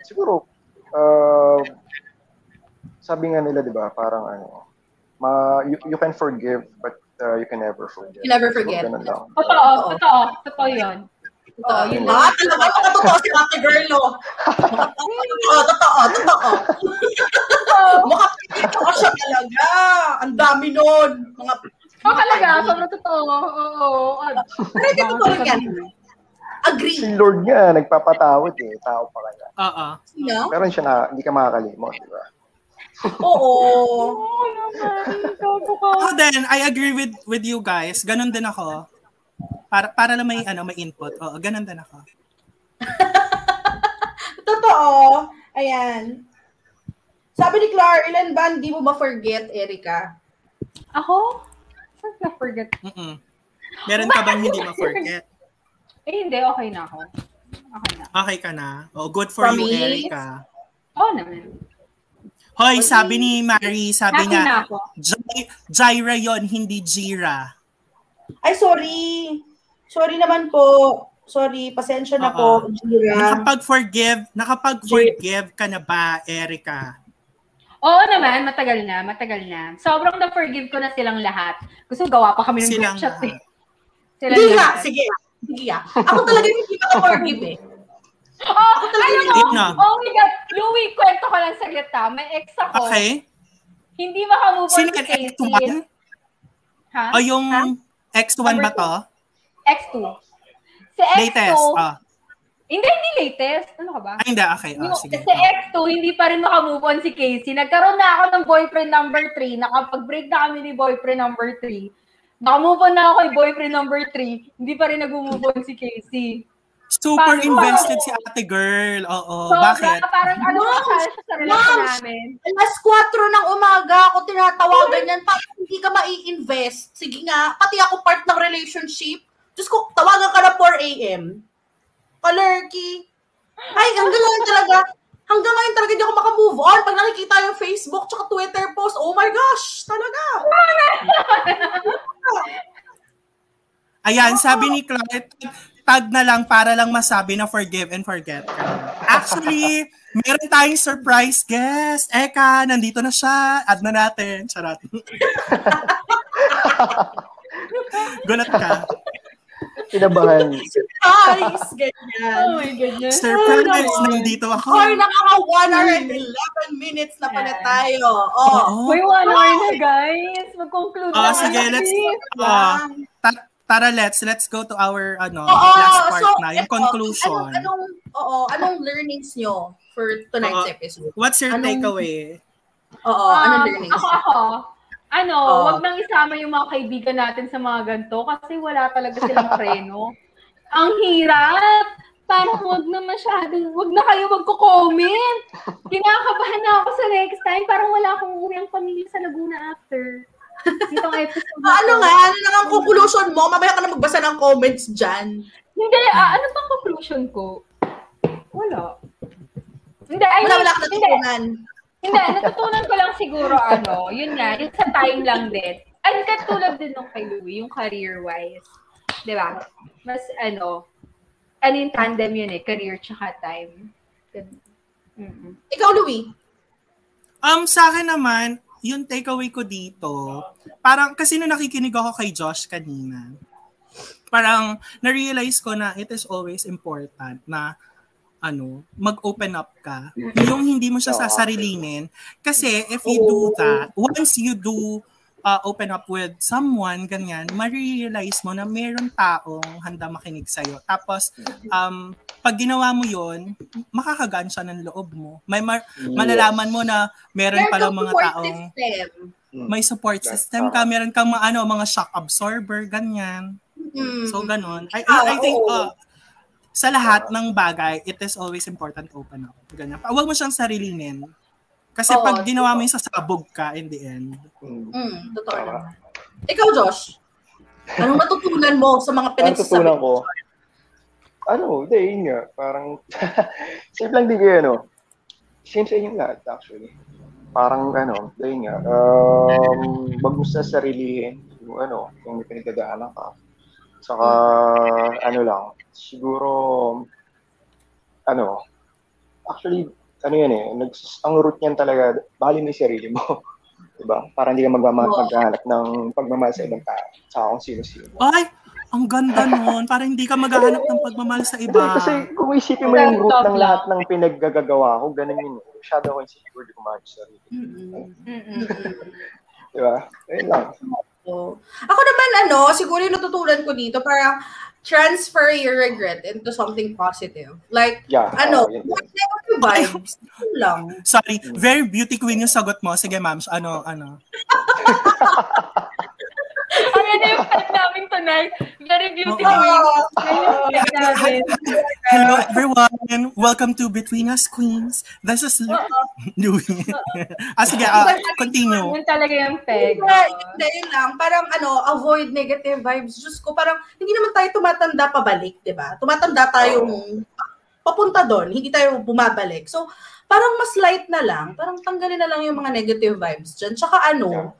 D: siguro, ah, sabi nga nila, di ba, parang ano, ma, you, you can forgive, but ah, you can never forget.
B: You never
D: Siguro
B: forget.
D: Ganun lang.
C: Totoo, totoo. Totoo yun. Totoo,
B: Oo,
C: yun
D: yun.
B: Ah, talaga, makatotoo si Ate Girl, oh. Makatotoo, totoo, totoo.
C: Totoo.
B: Makatotoo siya talaga. Ang dami nun. Mga... Oh,
C: Oo, Oh, talaga. Sobrang totoo. Oo, oo, oo.
B: Pero hindi totoo yan. Agree.
D: Si Lord nga, nagpapatawad eh, tao pa kaya.
A: Oo.
B: No?
D: Meron siya na, hindi ka makakalimot, di ba?
B: Oo.
C: Oo naman. Gago ka.
A: Ako din, I agree with with you guys. Ganon din ako. Para para lang may ano, may input. Oo, ganon din ako.
B: Totoo. Ayan. Sabi ni Clar, ilan ba hindi mo ma-forget, Erika?
C: Ako? Saan na-forget?
A: Mm-mm. Meron ka bang hindi ma-forget?
C: Eh, hindi. Okay na ako. Okay na.
A: Okay ka na? Oh, good for you,
B: Promise?
A: Erica.
C: Oo naman.
A: Hoy, sabi ni Mary, sabi
C: Happy na
A: niya,
C: ako.
A: Jai- Jaira yon hindi Jira.
B: Ay, sorry. Sorry naman po. Sorry, pasensya na po,
A: Oo.
B: Jira.
A: Nakapag-forgive, nakapag-forgive ka na ba, Erica?
C: Oo naman. Matagal na. Matagal na. Sobrang na-forgive ko na silang lahat. Gusto ko gawa pa kami ng
A: Silang
C: group chat eh.
A: lahat.
C: Silang
B: Hindi nga,
C: lahat.
B: sige. Sige ah. Ako talaga yung hindi ka forgive eh.
C: Oh, alam mo,
A: Yun nga.
C: oh my God, Louie, kwento ko lang saglit ha. May ex ako.
A: uh, Okay.
C: Hindi makamove on
A: Sino
C: si
A: yan?
C: Casey.
A: X1?
C: Ha?
A: O yung
C: Oh. Ha?
A: X1 ba
C: Number
A: to?
C: X2. Si X2,
A: Latest. Oh.
C: hindi, hindi latest. Ano ka ba?
A: Ay, hindi. Okay.
C: Hindi
A: Oh,
C: mo-
A: sige.
C: Sa X2, hindi pa rin makamove on si Casey. Nagkaroon na ako ng boyfriend number 3. Nakapag-break na kami ni boyfriend number 3. Nakamove on na ako kay boyfriend number 3. Hindi pa rin nag-move on si Casey.
A: Super
C: Paano?
A: invested si ate girl. Oo. Oh, Bakit?
C: baka Parang ano
B: Moms!
C: siya sa relasyon
B: Moms!
C: namin.
B: Alas 4 ng umaga ako tinatawagan yan. Parang hindi ka mai-invest. Sige nga, pati ako part ng relationship. Diyos ko, tawagan ka na 4 a.m. Kalerky. Ay, hanggang ngayon talaga. Hanggang ngayon talaga hindi ako makamove on. Pag nakikita yung Facebook tsaka Twitter post, oh my gosh, talaga.
A: Ayan, sabi ni Clark, tag na lang para lang masabi na forgive and forget. Actually, meron tayong surprise guest. Eka, nandito na siya. Add na natin. Charot. Gulat ka.
D: Kinabahan.
B: Guys,
C: Oh
B: ganyan.
C: my goodness.
A: Surprise,
C: Oh, no.
A: nandito ako.
B: Or nakaka 1 hour and 11 minutes na pala
C: Yeah.
B: tayo. Oh.
A: Oo.
C: May one hour na, guys. Mag-conclude
A: Ah,
C: na. nga
A: sige,
C: kami.
A: let's
B: Ah.
A: Ah, ta- tara, let's let's go to our ano
B: Oo,
A: last part
B: so,
A: na, yung
B: eto, ano,
A: conclusion.
B: Anong, anong, oo, anong learnings nyo for tonight's
A: Oo.
B: episode?
A: What's your
B: anong-
A: takeaway?
B: Oo,
C: Um,
B: anong learnings?
C: Ako, ako. Ano,
B: Oh.
C: wag nang isama yung mga kaibigan natin sa mga ganito kasi wala talaga silang preno. Ang hirap. Parang wag na masyado, wag na kayo magko-comment. Kinakabahan na ako sa next time. Parang wala akong uri ang pamilya sa Laguna after. Itong episode. na
B: Ah, ano
C: to.
B: nga, ano lang ang conclusion mo? Mamaya ka na magbasa ng comments dyan.
C: Hindi, ah, ano pang conclusion ko? Wala. Hindi, I
B: Wala,
C: mean,
B: wala ka
C: hindi.
B: natutunan.
C: Hindi, natutunan ko lang siguro ano, yun nga, yung sa time lang din. And katulad din nung kay Louie, yung career-wise. Di ba? Mas ano, ano yung tandem yun eh, career tsaka time. Ganun. Mm-mm.
B: Ikaw, Louie.
A: Um, sa akin naman, yung takeaway ko dito, parang kasi nung nakikinig ako kay Josh kanina, parang na-realize ko na it is always important na ano, mag-open up ka. Yung hindi mo siya
D: Oo.
A: sasarilinin. Kasi if you do that, once you do uh, open up with someone, ganyan, ma-realize mo na mayroong taong handa makinig sa'yo. Tapos, um, pag ginawa mo yon makakagaan siya ng loob mo. May mar- malalaman mo na meron pala mga
B: support
A: taong
B: system.
A: may support system ka, meron kang mga ano, mga shock absorber, ganyan.
C: Hmm.
B: Mm.
A: So ganun. I,
B: Ah,
A: I, I think
B: oo.
A: uh, sa
D: Ah.
A: lahat ng bagay, it is always important to open up. Ganyan. Huwag mo siyang sarilinin. Kasi
B: Oo,
A: pag ginawa mo
B: totoo.
A: yung sasabog ka in the end.
D: Mm.
B: mm, totoo
D: Tama.
B: naman. Ikaw, Josh. Anong natutunan mo sa mga
D: Ang
B: pinagsasabi?
D: tutunan ko, ano, hindi, yun nga, parang, same lang din kayo, ano, same sa inyong lahat, actually. Parang, ano, yun nga, um, wag mo sa sarilihin, yung ano, kung may pinagdadaanan ka. Saka, ano lang, siguro, ano, actually, ano yan eh, nags- ang root niyan talaga, bali mo yung sarili mo. diba? Para hindi ka magmama-
B: Oo.
D: maghahanap ng pagmamahal sa ibang tao, sa kung sino-sino.
A: Ay! Ang ganda nun. Parang hindi ka maghahanap ng pagmamahal sa
D: Hindi,
A: iba.
D: kasi kung isipin mo yung root
C: Self-talk
D: ng
C: lang.
D: lahat ng pinaggagawa ko, ganun yun. eh. Masyado ako insecure, di ko mahal sa sarili.
B: Mm-mm.
C: Mm-mm.
B: Mm-mm.
D: Di ba? Ayun lang.
B: Oo. Ako naman, ano, siguro yung natutunan ko dito, parang transfer your regret into something positive. Like,
D: Yeah.
B: ano,
D: oo, yun, yun.
B: what negative vibes? Yun lang.
A: Sorry,
D: Mm.
A: very beauty queen yung sagot mo. Sige ma'am, ano, ano.
C: Ang ganda ano yung fight namin tonight. Very beautiful.
B: Oo.
C: Ayun yung fight namin.
A: Hello everyone! Welcome to Between Us Queens. This is Lu- Louie. ah, sige, ah, continue.
C: Yun talaga yung peg.
B: Diba, yun na yun lang. Parang ano, avoid negative vibes. Diyos ko, parang hindi naman tayo tumatanda pabalik, di ba? Tumatanda tayong papunta doon, hindi tayo bumabalik. So, parang mas light na lang. Parang tanggalin na lang yung mga negative vibes dyan. Tsaka ano,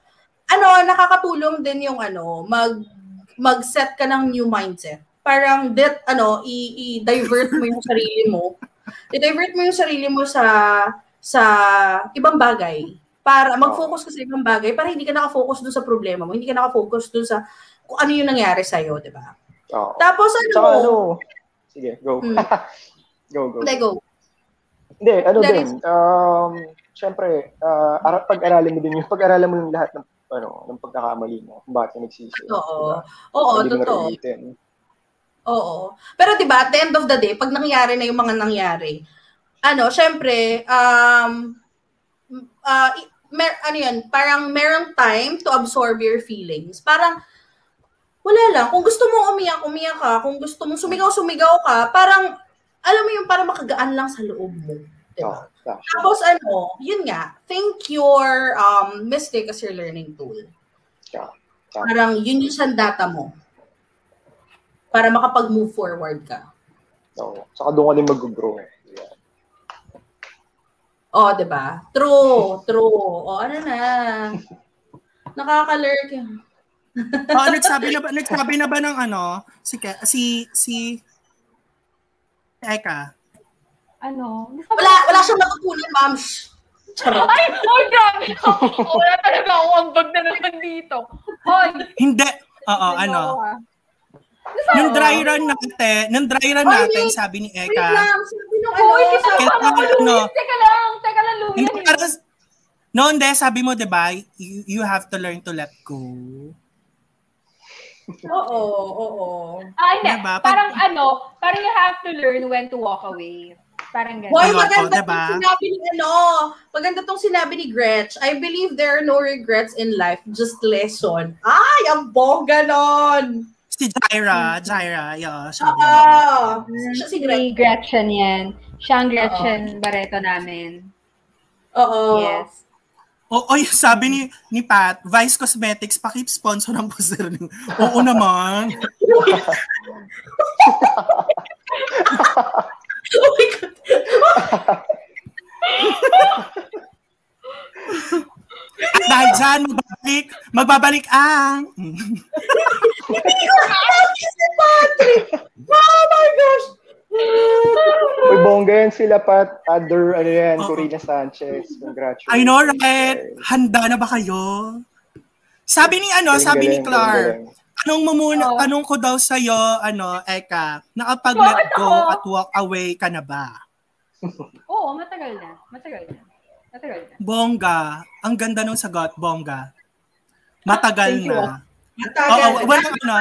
B: ano, nakakatulong din yung ano, mag, mag-set ka ng new mindset. Parang that, ano, i- i-divert mo yung sarili mo. I-divert mo yung sarili mo sa sa ibang bagay. Para mag-focus ka sa ibang bagay para hindi ka nakafocus dun sa problema mo. Hindi ka nakafocus dun sa kung ano yung nangyari sa'yo, di ba?
D: Oo.
B: Tapos ano,
D: Tsaka ano, sige, go.
B: Mm.
D: Go, go.
B: Let go.
D: Hindi, ano
B: There
D: din. Um, Siyempre, uh, ara- pag-aralan mo din yung pag-aralan mo yung lahat ng ano, ng pagkakamali mo, kung bakit yung nagsisi.
B: Oo. Oo,
D: Hindi mo
B: totoo.
D: na-ulitin.
B: Oo. Pero 'di ba, at the end of the day, pag nangyari na 'yung mga nangyari, ano, syempre, um uh, i- mer- ano 'yun, parang merong time to absorb your feelings. Parang wala lang. Kung gusto mong umiyak, umiyak ka. Kung gusto mong sumigaw, sumigaw ka. Parang alam mo 'yung parang makagaan lang sa loob mo. 'Di ba?
D: Oo, tama.
B: Diba? Tapos ano, yun nga, think your um, mistake as your learning tool.
D: Yeah.
B: Parang yun yung sandata mo. Para makapag-move forward ka.
D: Oo. Saka doon ka din mag-grow. Yeah.
B: O, oh, di ba? True, true. O, ano na. Nakakalurk. yun.
A: Oh, nagsabi na ba nagsabi na ba ng ano si Ke- si si Eka.
C: Ano?
B: Wala, wala siyang natutunan, ma'am. Shh. Charot.
C: Ay, oh, grabe. Wala talaga ako ang bag na naman dito. Hoy.
A: Hindi. Oo, ano. Nung dry run natin, nung dry run
B: Oy,
A: natin,
B: wait.
A: sabi ni
B: Wait
A: Eka,
B: lang. Sabi nung ano.
C: Hoy,
B: sabi-
A: Kaya-
C: kinakabahan ako,
A: ano?
C: Luis. Teka lang, teka lang, Luis.
A: hindi parang, no, hindi, sabi mo, di ba, you, you have to learn to let go.
B: Oo, oo.
C: Ah, hindi.
A: Diba? Pag-
C: Parang ano, parang you have to learn when to walk away. Parang ganun.
B: Boy,
A: Ano ako,
B: maganda
A: diba?
B: tong sinabi ni ano. Maganda tong sinabi ni Gretch. I believe there are no regrets in life, just lesson. Ay, ang bongga nun.
A: Si
B: Mm.
A: Jaira, Jaira, yeah, sabi niya.
B: Ah, siya si Gretch.
C: Si Gretchen yan. Siya ang Gretchen Barreto namin.
B: Oo.
C: Yes.
A: Oo, yung sabi ni ni Pat, Vice Cosmetics, pakip sponsor ang buzzer. niyo. Oo naman.
B: Oh my God.
A: At dahil dyan, magbabalik, magbabalik ang...
B: Hindi ko sabi si Patrick. Oh my gosh.
D: Uy, bongga yan sila, Pat. Other, ano yan,
A: Oo.
D: Corina Sanchez. Congratulations.
A: I know, right? Handa na ba kayo? Sabi ni ano, sabi ni Clark, anong mo muna,
C: Oo.
A: anong ko daw sa'yo, ano, Eka, nakapag-let
C: Bakit
A: go
C: ako?
A: at walk away ka na ba?
C: Oo, matagal na. Matagal na. Matagal na.
A: Bongga. Ang ganda nung sagot, bongga. Matagal
C: Thank you.
A: na.
B: Matagal.
A: Oo, walang ano.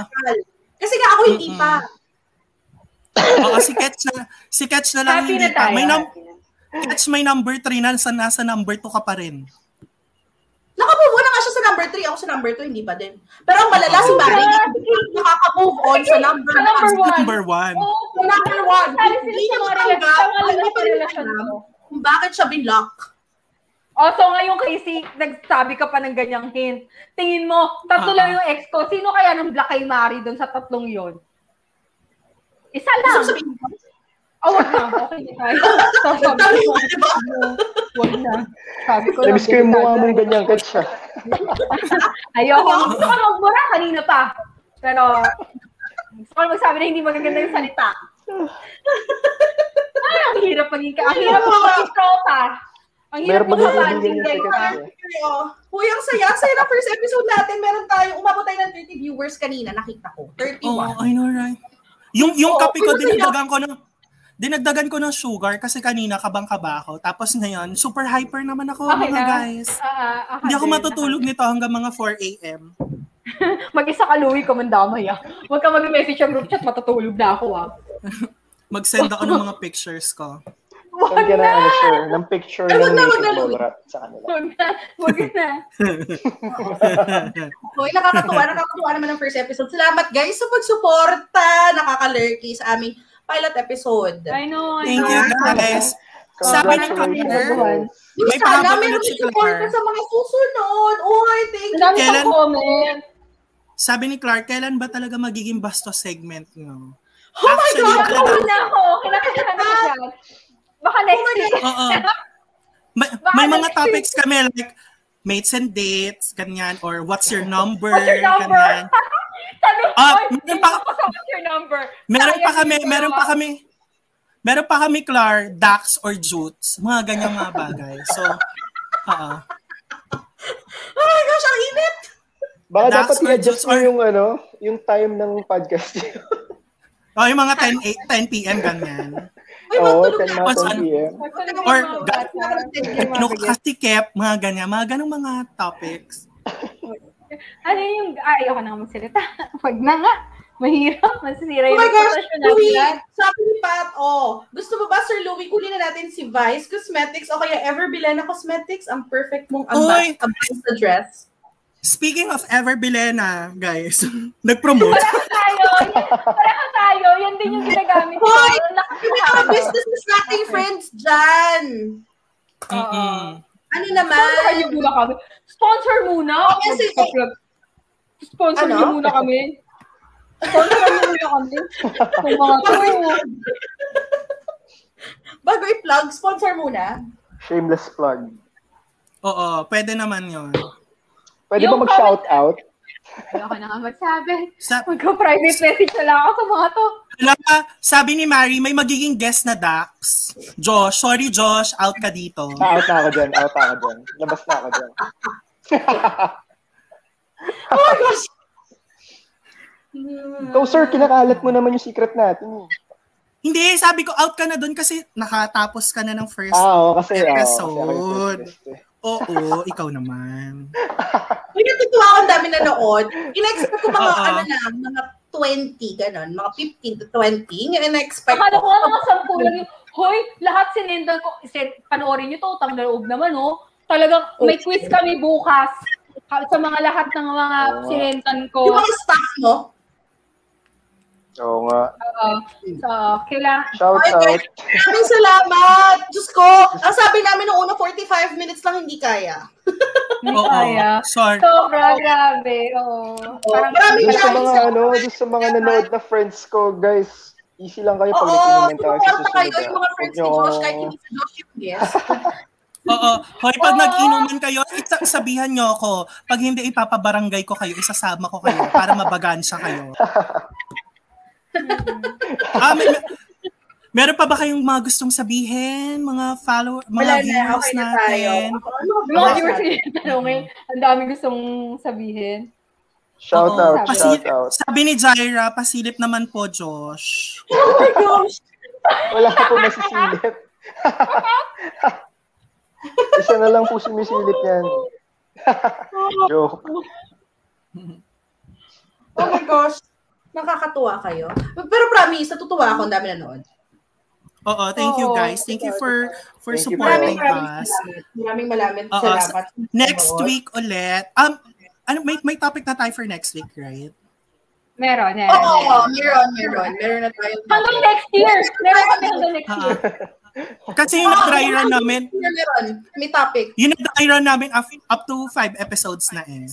B: Kasi nga ako hindi
A: Mm-mm.
B: pa.
A: Oo, si Ketch na, si Ketch na lang
C: Happy
A: hindi
C: na
A: pa.
C: tayo.
A: May, num-
C: happy na.
A: Ketch may number 3 na, sa nasa number 2 ka pa rin.
B: Nakamove on na nga siya sa number 3. Ako sa number 2, hindi pa din. Pero ang malala si Barry, nakaka-move on sa number
C: Sa number
B: 1.
C: One.
A: Number 1.
C: Oo,
B: Sa number one,
C: sali sila
B: hindi
C: sa
B: niya
C: mga
B: matanggap
C: relasyon- sa mga
B: ang
C: lalaki
B: iba rin
C: relasyon
B: alam.
C: ko.
B: Kung bakit siya binlock.
C: Oh, so ngayon, Casey, nagsabi ka pa ng ganyang hint. Tingin mo, tatlo
A: Ah.
C: lang yung ex ko. Sino kaya nang black kay Mari doon sa tatlong yon? Isa
B: Gusto
C: lang.
B: ko sabihin ko.
C: Oh, wag na. Okay na tayo. So, sabi
B: Sabi mo,
C: ko,
B: di ba?
C: wag na. Sabi ko,
D: Namiss ko yung mukha
C: delikado.
D: mong ganyan, Ketch. ah.
C: Ayoko. Gusto ko magmura kanina pa. Pero, gusto ko magsabi na hindi magaganda yung salita. Ay, ang hirap maging ka. Ang hirap
B: Ayoko.
C: maging tropa. Ang hirap
D: Meron ba
C: maging
D: ganyan eh.
C: banding
D: yung
C: ganyan.
D: salita?
B: Huy, ang saya. Ang saya na first episode natin. Meron tayo, umabot tayo ng 30 viewers kanina. Nakita ko. 31.
A: Oo, Oh, I know, right? Yung, yung
B: Oo,
A: kape ko,
B: pero sa'yo-
A: dinagdagan ko ng dinagdagan ko ng sugar kasi kanina kabang-kaba ako. Tapos ngayon, super hyper naman ako,
C: Okay
A: mga
C: na.
A: guys.
C: Ah, ah,
A: Hindi ako
C: din,
A: matutulog nito hanggang mga 4 a.m.
C: Mag-isa ka, Louie, kamandamay ah. Huwag ka mag-message sa group chat, matutulog na ako ah.
A: Mag-send ako ng mga pictures ko.
D: Send ka na, ano, sir, ng picture
B: Ay,
A: Ano?
B: wag
D: ng
B: na, wag na,
D: native
B: Louie.
D: mo sa kanila.
C: Huwag na, huwag na.
B: Oh Hoy, nakakatuwa, nakakatuwa naman ang first episode. Salamat guys sa pagsuporta, nakakalurky sa aming pilot episode.
C: I know, I
A: Thank
C: know.
A: you, guys. Sabi ng
D: Congratulations,
A: kapitbahay.
D: guys.
A: May
B: sana
A: pahabol na
B: meron
A: si
B: si suporta
A: Clark.
B: sa mga susunod. Oh, hi, thank
C: Ang
B: you.
C: dami pang
A: Kailan-
C: comment.
A: Sabi ni Clark, kailan ba talaga magiging bastos segment nyo?
B: Oh my
A: Actually, talaga-
B: God!
C: Kinakabahan na ako. Kinakabahan na siya. Baka next week.
A: Oo. May, may mga topics kami like mates and dates, ganyan, or what's your number,
C: What's your number?
A: ganyan.
C: Sabi ko,
A: Ah,
C: "Oy,
A: meron
C: tingin
A: pa-
C: ko sa what's your number?
A: Meron pa
C: Sayang
A: kami,
C: yung
A: meron pa
C: dalawa.
A: kami, meron pa kami, Clar, Dax, or Jutes. Mga ganyang mga bagay. So, oo.
B: Oh my gosh, ang init!
D: Baka
A: That's
D: dapat
A: my
D: i-adjust
A: juice
D: mo
A: or-
D: yung, ano, yung time ng podcast.
A: Oh, O, yung mga 10, 8, 10 p.m. ganyan.
B: Uy,
D: Oo,
B: matulog
D: 10
B: na.
D: na
A: What's
D: 10
A: ano?
D: p.m.
A: Or
B: Bakit nakarating?
A: Kinukasikip, mga ganyan, mga ganong mga topics.
C: Ano yung, ay, ako na nga magsalita. Huwag na nga. Mahirap. Masisira
B: Oh
C: yung
B: my gosh,
C: reputasyon natin.
B: Louie,
C: lahat.
B: sabi ni Pat, oh, gusto mo ba, Sir Louie, kunin na natin si Vice Cosmetics o kaya Ever Bilena Cosmetics, ang perfect mong
A: Oy!
B: ambas, address.
A: Speaking of Ever Bilena, guys, nag-promote.
C: Pareho tayo. Pareho tayo. Yan din yung ginagamit ko.
B: Hoy! Yung mga
C: Nakakahaba.
B: businesses nating friends dyan.
A: Mm-mm.
B: Ano
C: Sponsor
B: naman?
C: niyo muna kami. Sponsor muna.
B: Oh, yes, yes, yes.
C: Sponsor
B: Ano?
C: niyo muna kami. Sponsor niyo muna kami. Kung mga to.
B: Bago i-plug, sponsor muna.
D: Shameless plug.
A: Oo, pwede naman yon.
D: Pwede
C: Yung
D: ba mag-shout out?
C: Ayoko na nga magsabi.
A: Sa,
C: Magka-private message na lang ako sa mga to.
A: Alam ka, sabi ni Mary, may magiging guest na Dax. Josh, sorry Josh, out ka dito.
D: Ah, out na ako dyan. Out na ako dyan. Labas na ako dyan.
B: Oh my gosh!
D: Ikaw, sir, kinakalat mo naman yung secret natin. eh.
A: Hindi, sabi ko out ka na doon kasi nakatapos ka na ng first.
D: Ah, oo, kasi, ah, kasi ako yung
A: Episode.
D: first guest eh.
A: Oo, ikaw naman.
B: Uy, natutuwa ako ang dami nanood. In-expect ko mga,
A: Oo.
B: ano lang, mga 20, ganun. Mga 15 to 20. Yung in-expect
C: Akala ko
B: ko.
C: nga mga sampu lang yun. Hoy, lahat sinendan ko. Set, panoorin nyo to, utang na loob naman, oh. Talagang may quiz kami bukas. Ka- Sa mga lahat ng mga
D: Oo.
C: sinendan ko.
B: Oh. Yung mga staff mo.
D: Oo nga.
C: Oo. so, kailangan.
D: Shout
B: Ay,
D: out.
B: guys, maraming salamat. Diyos ko, ang sabi namin nung una, 45 minutes lang hindi kaya.
C: Hindi
A: Oo,
C: kaya.
A: sorry.
C: Sobra, grabe. Oo.
B: Oh,
C: Parang,
B: Maraming
D: Doon sa
B: maraming
D: mga
B: salamat.
D: ano, doon sa mga nanood na friends ko, guys, easy lang kayo pag
B: Oo,
D: nag-comment tayo
B: sumuporta
D: sa susunod.
B: kayo yung mga
D: ah.
B: friends ni
D: Huwag
B: Josh
D: niyo-
B: kahit hindi si Josh yung guest.
A: Oo, hoy, pag
B: Ah.
C: Oo.
A: nag-inuman kayo, isa- sabihan nyo ako, pag hindi ipapabarangay ko kayo, isasama ko kayo para mabagansya kayo. ah, may, may- meron pa ba kayong mga gustong sabihin? Mga follower, mga
B: Wala na,
A: viewers
B: okay na tayo.
A: natin?
B: Ano,
C: yung mga
B: ano,
C: viewers yung tanongin, ang dami gustong sabihin.
A: Oo.
D: Shout out,
A: Pasi-
D: shout out.
A: Sabi ni Jaira, pasilip naman po, Josh.
B: Oh my gosh.
D: Wala ka po masisilip. Isa na lang po sumisilip yan. Joke.
B: Oh my gosh. Nakakatuwa kayo. Pero promise, natutuwa ako. Ang dami nanood.
A: Oo, thank you
C: Oo,
A: guys. Thank you for for
D: Thank you,
A: supporting
B: Maraming maraming
A: us.
B: salamat. Maraming maraming
A: Oo,
B: salamat.
A: Next
B: Oo.
A: week ulit. Um ano may may topic na tayo for next week, right?
C: Meron, meron.
B: Oo,
C: meron.
B: meron, meron. Meron na tayo.
C: Hanggang next year! Meron kami hanggang next
A: Ah,
C: year.
A: ah. kasi yung nag-dry run namin,
B: Meron. May topic.
A: yung nag-dry run namin up, up to five episodes na eh.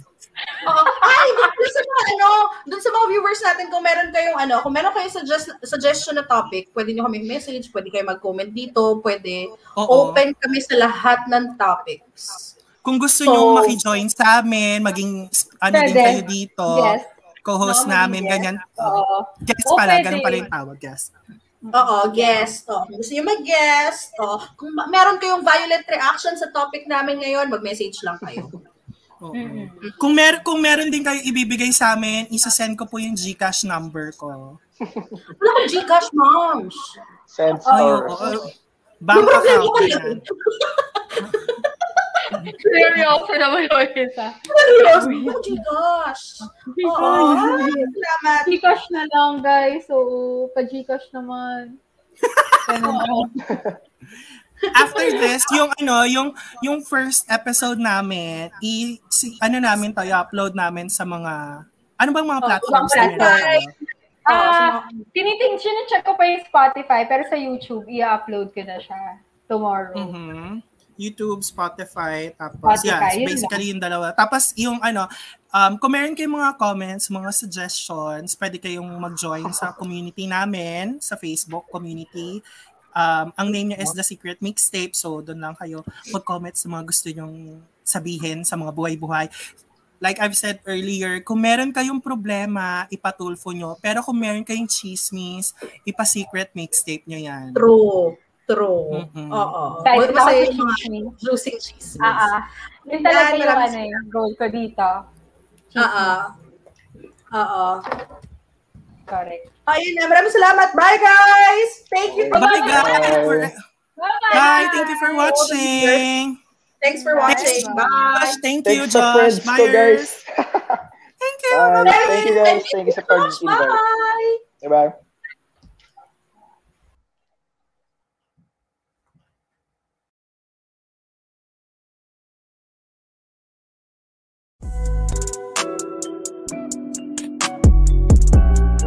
B: Oo. Ay, dun sa mga ano, dun sa mga viewers natin, kung meron kayong ano, kung meron kayong suggest, suggestion na topic, pwede nyo kami message, pwede kayo mag-comment dito, pwede.
A: Oo.
B: Open kami sa lahat ng topics.
A: Kung gusto
B: So-
A: nyo maki-join sa amin, maging ano din
C: Pwede.
A: kayo dito,
C: Yes.
A: co-host
C: Oo,
A: namin,
C: yes.
A: ganyan.
C: Oo.
A: Guest
C: Oo,
A: pala,
C: pwede.
A: ganun pala yung tawag, guest.
B: Oo, guest. Oh, kung gusto nyo mag-guest. Oh, kung ma- meron kayong violent reaction sa topic namin ngayon, mag-message lang kayo.
A: Oo.
C: Mm-mm.
A: Kung mer kung meron din kayo ibibigay sa amin, isa-send ko po yung GCash number ko.
B: Wala ko Gcash, moms.
D: Sense
A: Ay,
D: or...
A: oo.
B: May
A: Bank
B: problema
A: account
B: ka
A: yan.
B: lang.
C: Seryoso naman yung isa.
B: Seryoso. Oh, Gcash. Oo. ay, Salamat.
C: Gcash na lang, guys. So, pa-Gcash naman. Ganun.
A: After this, yung ano, yung yung first episode namin, i si, ano namin to, i-upload namin sa mga ano bang mga
C: Oh,
A: platforms na
C: ibang
A: meron?
C: Ah, tiniting, sinicheck ko pa yung Spotify, pero sa YouTube, i-upload ko na siya tomorrow.
A: Mhm. YouTube, Spotify, tapos yeah,
C: Spotify, yun
A: basically yung dalawa. Tapos yung ano, um, kung meron kayong mga comments, mga suggestions, pwede kayong mag-join sa community namin, sa Facebook community. Um, ang name niya is The Secret Mixtape, so doon lang kayo mag-comment sa mga gusto nyong sabihin sa mga buhay-buhay. Like I've said earlier, kung meron kayong problema, ipatulfo nyo. Pero kung meron kayong chismis, ipa-secret mixtape nyo yan.
B: True. True.
A: Mhm.
B: Oo.
C: Kahit
B: Masaya
C: ako
B: yung mga
C: yung
B: juicy cheese.
C: Ah, ah. Yun talaga
B: Yan,
C: yung
B: maraming
C: ano yung goal ko dito.
B: Oo. Oo.
C: Correct.
B: Ayun na, maraming salamat. Bye, guys! Thank you for
A: Bye, guys.
D: Bye.
C: Bye-bye!
A: Bye. Thank you for watching.
B: Thanks for watching. Bye!
A: Josh, thank you,
D: Thanks sa
A: Josh
D: friends ko,
A: Myers.
D: guys.
A: Thank you.
D: Bye.
A: Bye.
D: Thank you, guys. Thank you sa
B: Josh,
D: pag-invite.
B: bye!
D: Bye-bye.